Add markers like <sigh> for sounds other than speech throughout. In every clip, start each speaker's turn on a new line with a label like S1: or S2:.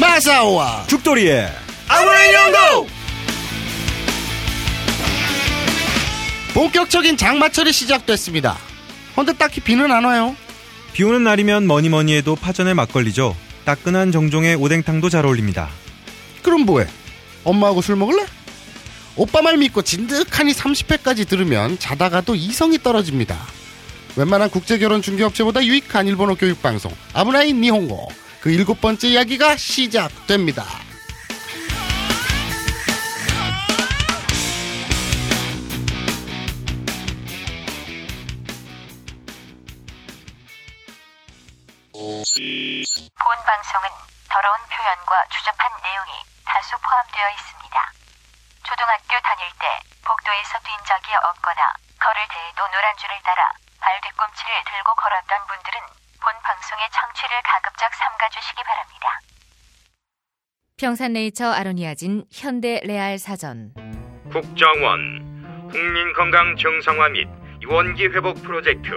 S1: 마사오와
S2: 죽돌이의 아무런 연고!
S1: 본격적인 장마철이 시작됐습니다. 근데 딱히 비는 안 와요.
S2: 비 오는 날이면 뭐니 뭐니 해도 파전의 막걸리죠. 따끈한 정종의 오뎅탕도 잘 어울립니다.
S1: 그럼 뭐해? 엄마하고 술 먹을래? 오빠 말 믿고 진득하니 30회까지 들으면 자다가도 이성이 떨어집니다. 웬만한 국제결혼 중개업체보다 유익한 일본어 교육방송 아브라인 니홍고 그 일곱 번째 이야기가 시작됩니다.
S3: 본 방송은 더러운 표현과 추접한 내용이 다수 포함되어 있습니다. 초등학교 다닐 때 복도에서 뛴 적이 없거나 걸을 때에도 노란 줄을 따라 발 뒤꿈치를 들고 걸었던 분들은 본 방송의 청취를 가급적 삼가주시기 바랍니다.
S4: 평산네이처 아로니아진 현대 레알 사전
S5: 국정원 국민 건강 정상화 및 원기 회복 프로젝트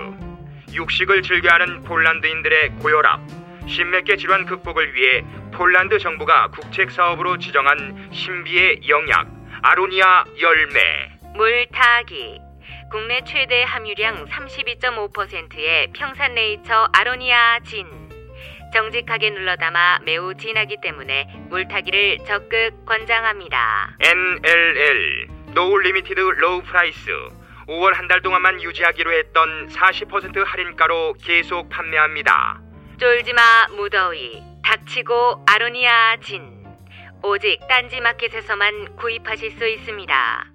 S5: 육식을 즐겨하는 폴란드인들의 고혈압 신맥계 질환 극복을 위해 폴란드 정부가 국책 사업으로 지정한 신비의 영약 아로니아 열매
S6: 물타기 국내 최대 함유량 32.5%의 평산네이처 아로니아 진 정직하게 눌러담아 매우 진하기 때문에 물타기를 적극 권장합니다.
S5: NLL 노 리미티드 로우 프라이스 5월 한 달 동안만 유지하기로 했던 40% 할인가로 계속 판매합니다.
S6: 쫄지마 무더위 닥치고 아로니아 진 오직 딴지마켓에서만 구입하실 수 있습니다.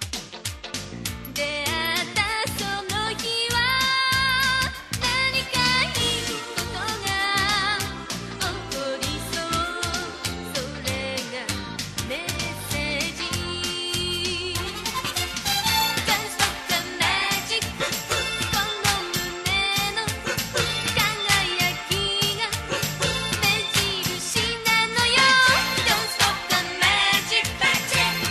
S7: 「出会ったその日は何かいいことが起こりそう」「それがメッセージ」「ガンストかマジック」「この胸の輝きが目印なのよ」「ガンストかマジック」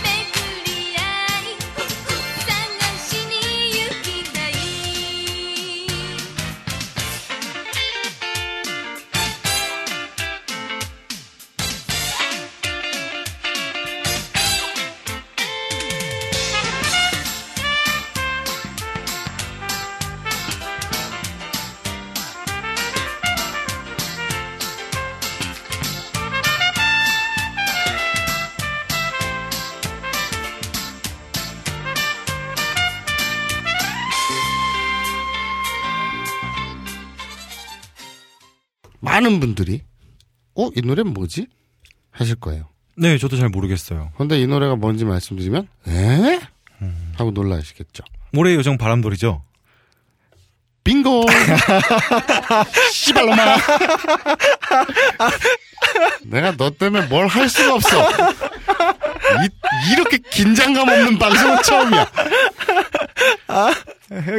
S7: 「めくり合い」「探しに行きたい」
S1: 많은 분들이 어? 이 노래는 뭐지? 하실 거예요.
S2: 네, 저도 잘 모르겠어요.
S1: 근데 이 노래가 뭔지 말씀드리면 에? 하고 놀라시겠죠.
S2: 모래 요정 <laughs> 바람돌이죠.
S1: 빙고! 씨발놈아! 내가 너 때문에 뭘 할 수가 없어. 이, 렇게 긴장감 없는 방송은 처음이야.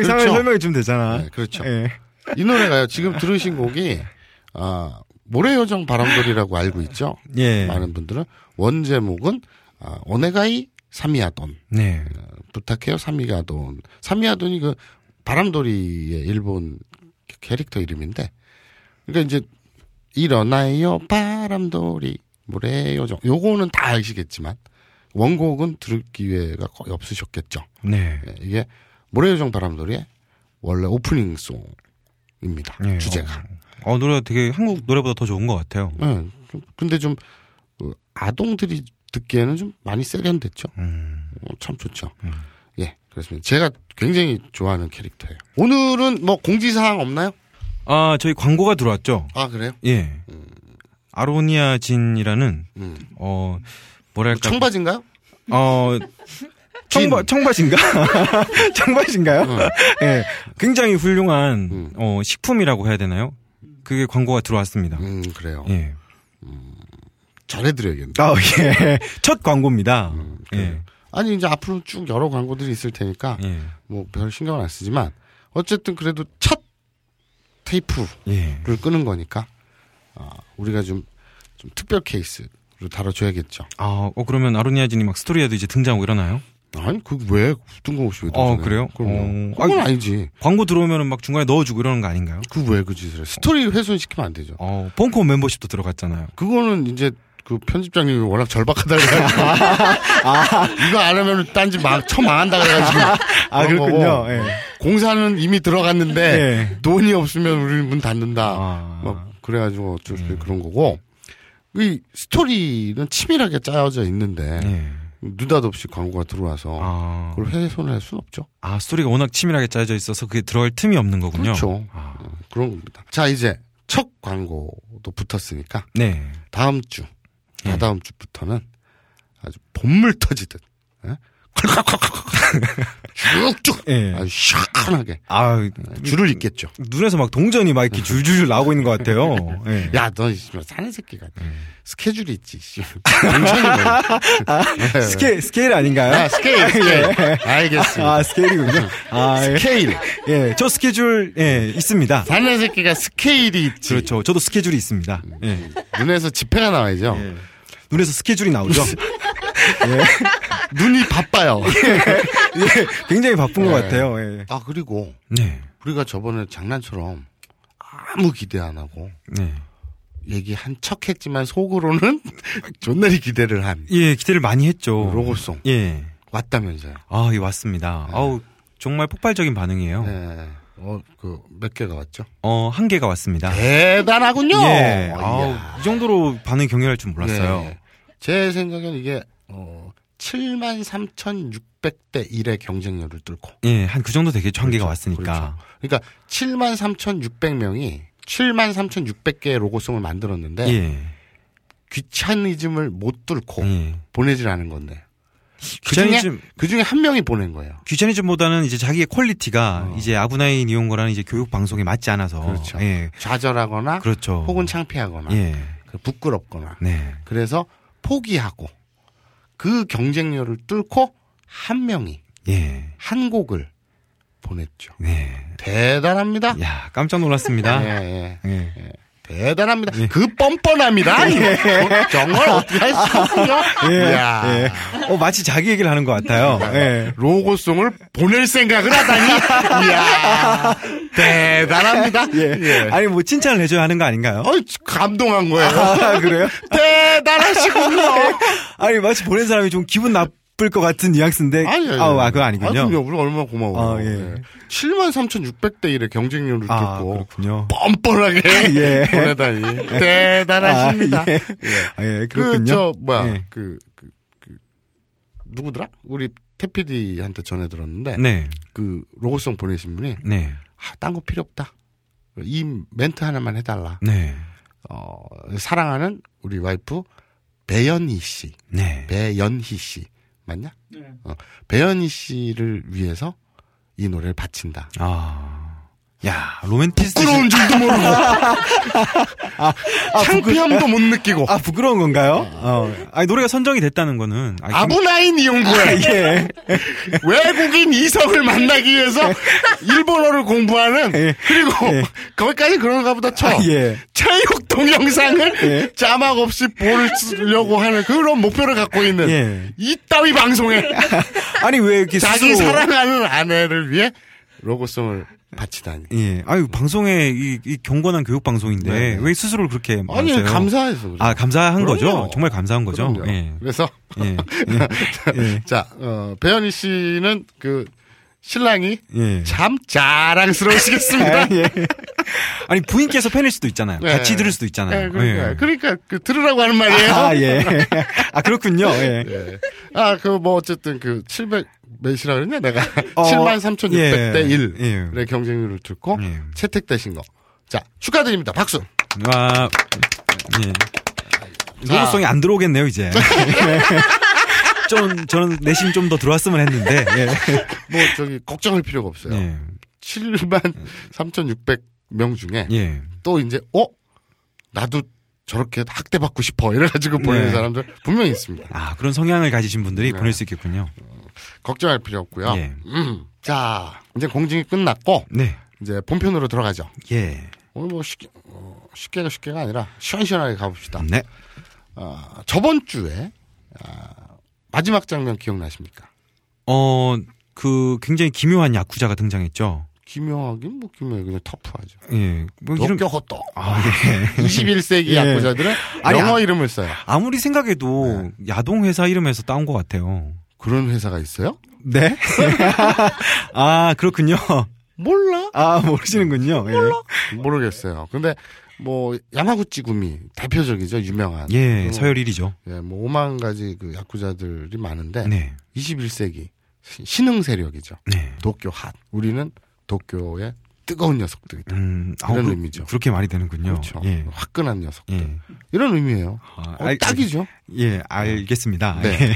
S2: 이상하게 설명해 주면 되잖아.
S1: 그렇죠. 네, 그렇죠.
S2: 예.
S1: 이 노래가요. 지금 들으신 곡이 아, 모래요정 바람돌이라고 알고 있죠.
S2: 예.
S1: 많은 분들은 원제목은 아, 오네가이 사미아돈
S2: 네.
S1: 부탁해요 사미아돈 사미아돈이 그 바람돌이의 일본 캐릭터 이름인데 그러니까 이제 일어나요 바람돌이 모래요정 요거는 다 아시겠지만 원곡은 들을 기회가 거의 없으셨겠죠.
S2: 네.
S1: 예, 이게 모래요정 바람돌이의 원래 오프닝 송입니다.
S2: 예,
S1: 주제가.
S2: 어, 노래가 되게 한국 노래보다 더 좋은 것 같아요.
S1: 예, 좀- 근데 좀 어, 아동들이 듣기에는 좀 많이 세련됐죠.
S2: 음.
S1: 어, 참 좋죠. 예, 그렇습니다. 제가 굉장히 좋아하는 캐릭터예요. 오늘은 뭐 공지사항 없나요?
S2: 아, 저희 광고가 들어왔죠.
S1: 아 그래요?
S2: 예. 아로니아 진이라는
S1: 음.
S2: 어 뭐랄까
S1: 청바지인가요?
S2: 어 청바
S1: 진. <laughs>
S2: 청바지인가 청바지인가요?
S1: 어.
S2: 예, 굉장히 훌륭한
S1: 음.
S2: 어 식품이라고 해야 되나요? 그게 광고가 들어왔습니다.
S1: 음 그래요.
S2: 예.
S1: 전해드려야겠네.
S2: 아, 예. <laughs> 첫 광고입니다.
S1: 음, 그래요. 아니 이제 앞으로 쭉 여러 광고들이 있을 테니까
S2: 예. 예.
S1: 뭐 별 신경은 안 쓰지만 어쨌든 그래도 첫 테이프를
S2: 예.
S1: 끄는 거니까 아, 우리가 좀, 좀 특별 케이스로 다뤄줘야겠죠.
S2: 아, 어, 그러면 아로니아진이 막 스토리에도 이제 등장하고 이러나요?
S1: 아니 그왜 뜬금없이 왜?
S2: 어,
S1: 도전해?
S2: 그래요?
S1: 그럼요.
S2: 어.
S1: 그건 아니지.
S2: 광고 들어오면은 막 중간에 넣어주고 이러는 거 아닌가요?
S1: 그 왜 그 짓을 해? 스토리 훼손시키면 안 되죠.
S2: 어, 벙커 멤버십도 들어갔잖아요.
S1: 그거는 이제 그 편집장님이 워낙 절박하다고
S2: <laughs>
S1: 해가지고 이거 안 하면 딴지 막 처망한다 그래가지고
S2: 아,
S1: 그런
S2: 그렇군요.
S1: 거고.
S2: 예.
S1: 공사는 이미 들어갔는데
S2: 예.
S1: 돈이 없으면 우리 문 닫는다
S2: 아. 음.
S1: 막 그래가지고 어쩔 수 없이 그런 거고 이 스토리는 치밀하게 짜여져 있는데
S2: 예.
S1: 느닷없이 광고가 들어와서
S2: 아,
S1: 그걸 훼손을 할 수는 없죠
S2: 아, 스토리가 워낙 치밀하게 짜여져 있어서 그게 들어갈 틈이 없는 거군요.
S1: 그렇죠
S2: 아.
S1: 어, 그런 겁니다 자 이제 첫 광고도 붙었으니까
S2: 네.
S1: 다음 주,
S2: 예.
S1: 다다음 주부터는 아주 봄물 터지듯, 예? 콸콸콸콸콸 쭉쭉
S2: 예.
S1: 아주 시원하게
S2: 아,
S1: 줄을 잇겠죠.
S2: 눈에서 막 동전이 막 이렇게 줄줄줄 나오고 있는 것 같아요. 예.
S1: 야, 너 이씨발 사는 새끼가 스케줄이 있지. 씨. 굉장히
S2: <laughs>
S1: 멀리. 예.
S2: 아, 스케일, 스케일 아닌가요?
S1: 아, 스케일, 스케일. 알겠습니다.
S2: 아, 스케일이군요. 아, 예.
S1: 스케일.
S2: 예, 저 스케줄, 예, 있습니다.
S1: 사는 새끼가 스케일이 있지.
S2: 그렇죠. 저도 스케줄이 있습니다. 예.
S1: 눈에서 지폐가 나와야죠.
S2: 예. 눈에서 스케줄이 나오죠.
S1: 눈이 바빠요.
S2: 예, 굉장히 바쁜 것
S1: 예.
S2: 같아요. 예.
S1: 아, 그리고
S2: 네,
S1: 우리가 저번에 장난처럼 아무 기대 안 하고
S2: 네.
S1: 얘기한 척 했지만 속으로는 <laughs> 존나리 기대를 한
S2: 예, 기대를 많이 했죠.
S1: 로고송
S2: 예.
S1: 왔다면서요.
S2: 아, 예, 왔습니다.
S1: 네.
S2: 아우, 정말 폭발적인 반응이에요.
S1: 네. 어, 그 몇 개가 왔죠?
S2: 어, 한 개가 왔습니다.
S1: 아, 대단하군요.
S2: 예.
S1: 네. 이야.
S2: 아우, 이 정도로 반응이 격렬할 줄 몰랐어요.
S1: 예. 제 생각엔 이게 어 73,600대 1의 경쟁률을 뚫고
S2: 예, 한 그 정도 되겠죠. 한 개가
S1: 그렇죠,
S2: 왔으니까.
S1: 그러니까 73,600명이 73,600개의 로고송을 만들었는데 귀차니즘을 못 뚫고
S2: 예. 예.
S1: 보내질 않은 건데. 그 중에
S2: 귀차니즘,
S1: 그 중에 한 명이 보낸 거예요.
S2: 귀차니즘보다는 이제 자기의 퀄리티가
S1: 어.
S2: 이제 아브나인 이용거라는 이제 교육 방송에 맞지 않아서.
S1: 그렇죠.
S2: 예.
S1: 좌절하거나
S2: 그렇죠.
S1: 혹은 창피하거나
S2: 예.
S1: 그 부끄럽거나
S2: 네.
S1: 그래서 포기하고 그 경쟁률을 뚫고 한 명이
S2: 예.
S1: 한 곡을 보냈죠.
S2: 네.
S1: 대단합니다.
S2: 야, 예. 깜짝 놀랐습니다.
S1: 예, 예.
S2: 예.
S1: 대단합니다. 그 뻔뻔합니다. 이거 정말 어떻게 할 수 없군요.
S2: 예.
S1: 이야,
S2: 어, 마치 자기 얘기를 하는 것 같아요.
S1: 네.
S2: 예.
S1: 로고송을 보낼 생각을 하다니. 이야, 대단합니다. 예.
S2: 아니, 뭐, 칭찬을 해줘야 하는 거 아닌가요?
S1: 어이, 감동한 거예요.
S2: 아, 그래요?
S1: 대단하시군요.
S2: 아니, 마치 보낸 사람이 좀 기분 나쁠 것 같은 뉘앙스인데.
S1: 예, 아니요. 뭐
S2: 아, 아, 그거 아니군요.
S1: 그럼요. 우리가 얼마나 고마워요.
S2: 아, 예.
S1: 73,600대 1의 경쟁률을
S2: 아,
S1: 듣고 <laughs>
S2: 그렇군요.
S1: 뻔뻔하게
S2: <laughs> 예.
S1: 보내다니. 대단하십니다.
S2: 아, 예.
S1: 예.
S2: 아, 예,
S1: 그,
S2: 그렇군요.
S1: 저, 뭐야,
S2: 예.
S1: 그, 그, 그, 누구더라? 우리 태피디한테 전해 들었는데,
S2: 네,
S1: 그 로고송 보내신 분이,
S2: 네,
S1: 아, 딴 거 필요 없다. 이 멘트 하나만 해달라.
S2: 네,
S1: 어, 사랑하는 우리 와이프, 배연희 씨.
S2: 네.
S1: 배연희 씨 맞냐? 어, 배연희 씨를 위해서 이 노래를 바친다.
S2: 아. 야, 로맨티스트.
S1: 부끄러운 줄도 <laughs> 모르고 아, 창피함도 못 느끼고
S2: 아, 부끄러운 건가요? 어. 아니, 노래가 선정이 됐다는 거는. 아니, 굉장히-
S1: 네. 아브나인 뭐, 이용구에
S2: <laughs> 예.
S1: 외국인 이성을 만나기 위해서 일본어를 공부하는 그리고 거기까지 그런가 보다 쳐.
S2: 예.
S1: 체육 동영상을
S2: 예.
S1: 자막 없이 보려고 하는 그런 목표를 갖고 있는
S2: 예.
S1: 이따위 방송에
S2: 아니, 왜 이렇게
S1: 자기
S2: 스스로-
S1: 사랑하는 아내를 위해 로고송을 바치다니.
S2: 예. 아유, 방송에 이, 이 경건한 교육 방송인데
S1: 네.
S2: 왜 스스로를 그렇게
S1: 아니
S2: 말하세요?
S1: 감사해서 그래.
S2: 아, 감사한 거죠?
S1: 그럼요.
S2: 정말 감사한 거죠?
S1: 그럼요.
S2: 예.
S1: 그래서 <laughs>
S2: 예. 예.
S1: 자 어, 배현희 씨는 그 신랑이
S2: 예.
S1: 참 자랑스러우시겠습니다.
S2: 예. 아니, 부인께서 팬일 수도 있잖아요.
S1: 예.
S2: 같이 들을 수도 <laughs> 있잖아요.
S1: 예, 그러니까
S2: 예.
S1: 그러니까 그 들으라고 하는 말이에요.
S2: 아, 예. <laughs> 아, 그렇군요. 예.
S1: 아 그 뭐 어쨌든 그 700 몇이라 그랬냐 내가 <laughs>
S2: 어,
S1: 73,600대
S2: 예.
S1: 1의
S2: 예.
S1: 경쟁률을 뚫고
S2: 예.
S1: 채택되신 거. 자 축하드립니다. 박수.
S2: 와. 아, 예. 노동성이 안 들어오겠네요 이제. <laughs> 좀 저는 내심 좀 더 들어왔으면 했는데. 예.
S1: 뭐 저기 걱정할 필요가 없어요.
S2: 예.
S1: 7만 3,600명 중에
S2: 예.
S1: 또 이제 어 나도 저렇게 학대 받고 싶어 이래가지고 보내는
S2: 네.
S1: 사람들 분명히 있습니다.
S2: 아 그런 성향을 가지신 분들이
S1: 네.
S2: 보낼 수 있겠군요.
S1: 걱정할 필요 없고요.
S2: 예.
S1: 음, 자 이제 공증이 끝났고
S2: 네.
S1: 이제 본편으로 들어가죠.
S2: 예.
S1: 오늘 뭐 쉽게 어, 쉽게가 쉽게가 아니라 시원시원하게 가봅시다.
S2: 네.
S1: 아, 저번 주에 아, 마지막 장면 기억나십니까?
S2: 어, 그 굉장히 기묘한 야쿠자가 등장했죠.
S1: 기묘하긴 뭐 기묘해 그냥 터프하죠.
S2: 예. 뭐 이름
S1: 역겨헛도
S2: 아, <laughs> 예.
S1: 21세기
S2: 예.
S1: 야구자들은
S2: 아니,
S1: 영어
S2: 아-
S1: 이름을 써요.
S2: 아무리 생각해도 야동 회사 이름에서 따온 것 같아요.
S1: 그런 회사가 있어요?
S2: 네? <laughs> 아, 그렇군요.
S1: 몰라.
S2: 아, 모르시는군요. 예.
S1: 모르겠어요. 근데 뭐 야마구치 구미 대표적이죠 유명한.
S2: 예,
S1: 그리고
S2: 서열 1위죠.
S1: 예, 뭐 5만 가지 그 야쿠자들이 많은데
S2: 네.
S1: 21세기 시- 신흥 세력이죠.
S2: 네.
S1: 도쿄 핫. 우리는 도쿄의 뜨거운 녀석들이다.
S2: 음, 아,
S1: 이런
S2: 그,
S1: 의미죠.
S2: 그렇게 말이 되는군요.
S1: 그렇죠.
S2: 예.
S1: 화끈한 녀석들.
S2: 예.
S1: 이런 의미예요.
S2: 아,
S1: 어,
S2: 알-
S1: 딱이죠.
S2: 예, 알겠습니다.
S1: 네.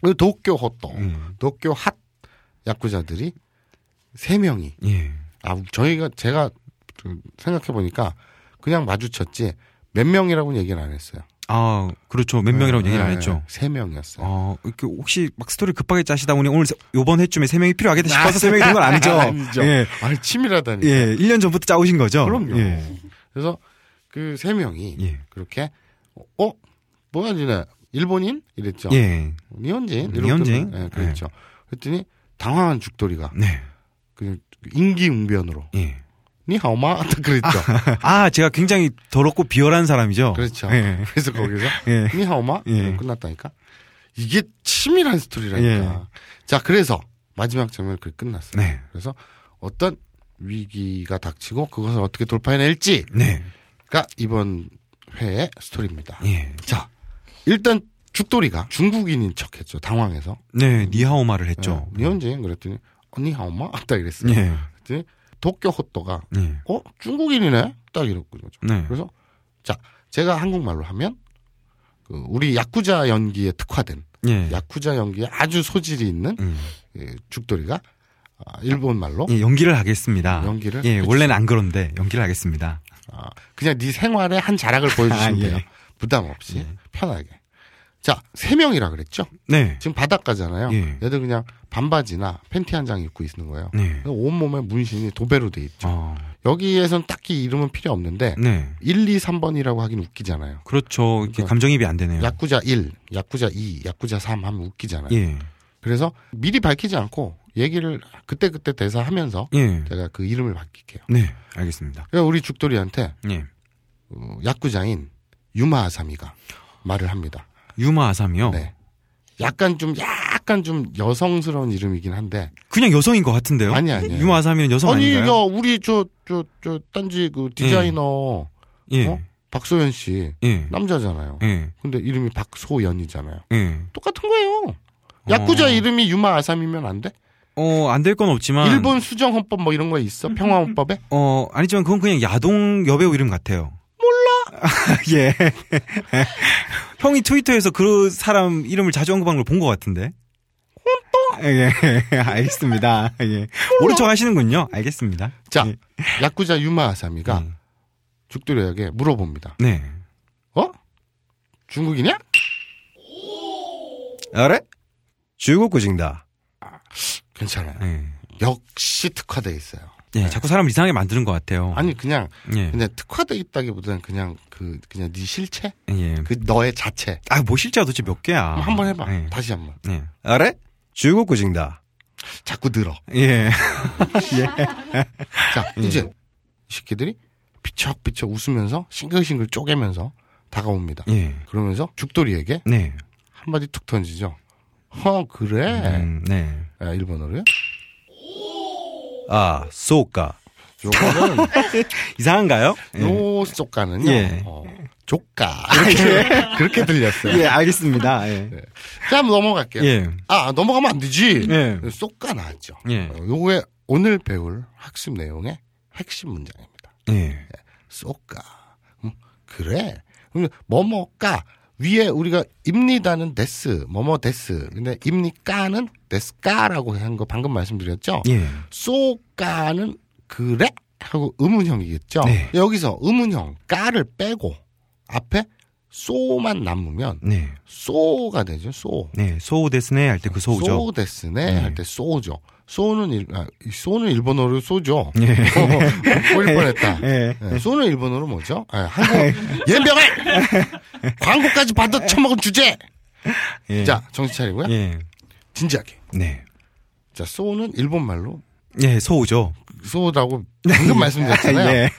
S1: 그리고 도쿄 호또,
S2: 예.
S1: 도쿄 핫 야쿠자들이 세 명이.
S2: 예.
S1: 아, 저희가 제가 생각해 보니까 그냥 마주쳤지 몇 명이라고는 얘기를 안 했어요.
S2: 아, 그렇죠.
S1: 네.
S2: 몇 명이라고 얘기를 안 했죠.
S1: 세 명이었어요.
S2: 어, 이렇게 혹시 막 스토리 급하게 짜시다 보니 오늘 세- 요번 해쯤에 세 명이 필요하겠다 싶어서 세 명이 된 건 아, 아니죠?
S1: 아, <laughs> 아니죠.
S2: 예.
S1: 아, 치밀하다니.
S2: 예, 1년 전부터 짜오신 거죠?
S1: 그럼요.
S2: 예.
S1: 그래서 그 세 명이
S2: 예.
S1: 그렇게 어 뭐야 니네 일본인 이랬죠.
S2: 예.
S1: 니혼진
S2: 니혼진?
S1: 예, 그랬죠. 그랬더니 당황한 죽돌이가
S2: 네.
S1: 그 인기응변으로
S2: 예.
S1: <laughs> 니하오마 딱 그랬죠.
S2: 아, 제가 굉장히 더럽고 비열한 사람이죠.
S1: 그렇죠.
S2: 예.
S1: 그래서 거기서
S2: 예.
S1: 니하오마
S2: 예.
S1: 끝났다니까. 이게 치밀한 스토리라니까. 자 그래서 마지막 장면 그 끝났어요.
S2: 예. 네.
S1: 그래서 어떤 위기가 닥치고 그것을 어떻게 돌파해낼지
S2: 네.
S1: 가 이번 회의 스토리입니다.
S2: 예.
S1: 자, 일단 죽돌이가 중국인인 척했죠. 당황해서.
S2: 네, 니하오 말을 했죠.
S1: 네, 니혼진 그랬더니 언니 하오마 <laughs> 딱 이랬어요.
S2: 예.
S1: 그랬더니 도쿄 호또가
S2: 예.
S1: 어 중국인이네 딱 이랬고 거죠.
S2: 네.
S1: 그래서 자 제가 한국말로 하면 그 우리 야쿠자 연기에 특화된
S2: 예.
S1: 야쿠자 연기에 아주 소질이 있는
S2: 음.
S1: 예, 죽돌이가 아, 일본 말로
S2: 예, 연기를 하겠습니다.
S1: 연기를?
S2: 예,
S1: 그치.
S2: 원래는 안 그런데 연기를 하겠습니다.
S1: 아, 그냥 네 생활의 한 자락을 보여주시면
S2: 아, 예.
S1: 돼요. 부담 없이 편하게. 자 세 명이라 그랬죠.
S2: 네.
S1: 지금 바닷가잖아요.
S2: 예.
S1: 얘들 그냥 반바지나 팬티 한 장 입고 있는 거예요.
S2: 네.
S1: 온 몸에 문신이 도배로 돼 있죠.
S2: 어.
S1: 여기에선 딱히 이름은 필요 없는데
S2: 네.
S1: 1, 2, 3번이라고 하긴 웃기잖아요.
S2: 그렇죠. 이렇게
S1: 그러니까
S2: 감정입이 안 되네요.
S1: 야쿠자 1, 야쿠자 2, 야쿠자 3 하면 웃기잖아요.
S2: 예.
S1: 그래서 미리 밝히지 않고 얘기를 그때그때 대사하면서
S2: 예.
S1: 제가 그 이름을 밝힐게요.
S2: 네. 알겠습니다.
S1: 그래서 우리 죽돌이한테
S2: 예.
S1: 어, 야쿠자인 유마 아사미가 말을 합니다.
S2: 유마 아삼이요.
S1: 네. 약간 좀 약간 좀 여성스러운 이름이긴 한데
S2: 그냥 여성인 것 같은데요.
S1: 아니 아니
S2: 유마 아삼이는 여성
S1: 아니
S2: 아닌가요?
S1: 이거 우리 저 저 저 딴지 그 디자이너
S2: 예.
S1: 어? 박소연 씨
S2: 예.
S1: 남자잖아요.
S2: 예.
S1: 근데 이름이 박소연이잖아요.
S2: 예.
S1: 똑같은 거예요. 야쿠자
S2: 어.
S1: 이름이 유마 아삼이면 안 돼?
S2: 어, 안 될 건 없지만
S1: 일본 수정 헌법 뭐 이런 거 있어? 평화 헌법에?
S2: 어, 아니지만 그건 그냥 야동 여배우 이름 같아요. 몰라. <laughs> 예. 형이 트위터에서 그 사람 이름을 자주 언급한 걸 본 것 같은데. 혼또? 예, 예, 알겠습니다. 예. 모른 척 하시는군요. 알겠습니다.
S1: 자,
S2: 예.
S1: 야쿠자 유마 아사미가
S8: 그러니까.
S2: 음.
S1: 죽돌이에게 물어봅니다.
S2: 네.
S1: 어? 중국이냐?
S8: 아래? 중국구징다.
S1: 괜찮아요.
S2: 예.
S1: 역시 특화돼 있어요.
S8: 네.
S2: 예, 자꾸 사람을 이상하게 만드는 것 같아요.
S1: 아니 그냥
S2: 예.
S1: 그냥 특화돼 있다기보다는 그냥 그 그냥 네 실체,
S2: 예.
S1: 그 너의 자체.
S2: 아, 뭐 실제가 도대체 몇 개야?
S1: 한번 해봐.
S2: 예.
S1: 다시 한번.
S2: 예.
S8: 아래? 중국구징다.
S1: 자꾸 늘어.
S2: 예.
S1: 자, 이제 이 새끼들이 비척비척 웃으면서 싱글싱글 쪼개면서 다가옵니다.
S2: 예.
S1: 그러면서 죽돌이에게
S2: 네.
S1: 한마디 툭 던지죠. 어, 그래.
S2: 음, 네.
S1: 아, 일본어로요?
S8: 아, 소까.
S1: <laughs> 요거는,
S2: 이상한가요? 예.
S1: 요 쪽가는요.
S2: 예.
S1: 어, 조까. <laughs> 이렇게, 그렇게 들렸어요.
S2: 예, 알겠습니다. 예.
S1: 자, 한번 넘어갈게요.
S2: 예.
S1: 아, 넘어가면 안 되지.
S2: 예.
S1: 쏙가 나왔죠.
S2: 예.
S1: 어, 요게 오늘 배울 학습 내용의 핵심 문장입니다.
S2: 예.
S1: 쏙가. 음, 그래. 그러면 뭐뭐까 위에 우리가 입니다는 데스, 뭐뭐 데스. 근데 입니까는 데스까라고 한 거 방금 말씀드렸죠.
S2: 예.
S1: 쏘까는 그래 하고 의문형이겠죠.
S2: 네.
S1: 여기서 의문형 까를 빼고 앞에 쏘만 남으면
S2: 네.
S1: 쏘가 되죠. 쏘.
S2: 네. 소우 데스네 할 때 그 소우죠.
S1: 소데스네
S2: 네.
S1: 할 때 쏘죠. 쏘는 일, 아, 이 쏘는 일본어로 쏘죠.
S2: <laughs> 예.
S1: 어, 꼬일 뻔했다.
S2: 예.
S1: 예, 쏘는 일본어로 뭐죠? 아, 한국
S2: <laughs>
S1: 예병을 광고까지 받아 처먹은 주제.
S2: 예.
S1: 자 정신 차리고요.
S2: 예.
S1: 진지하게.
S2: 네.
S1: 자 쏘는 일본 말로
S2: 예, 소우죠. <laughs>
S1: 쏘라고 방금 말씀드렸잖아요.
S2: 예.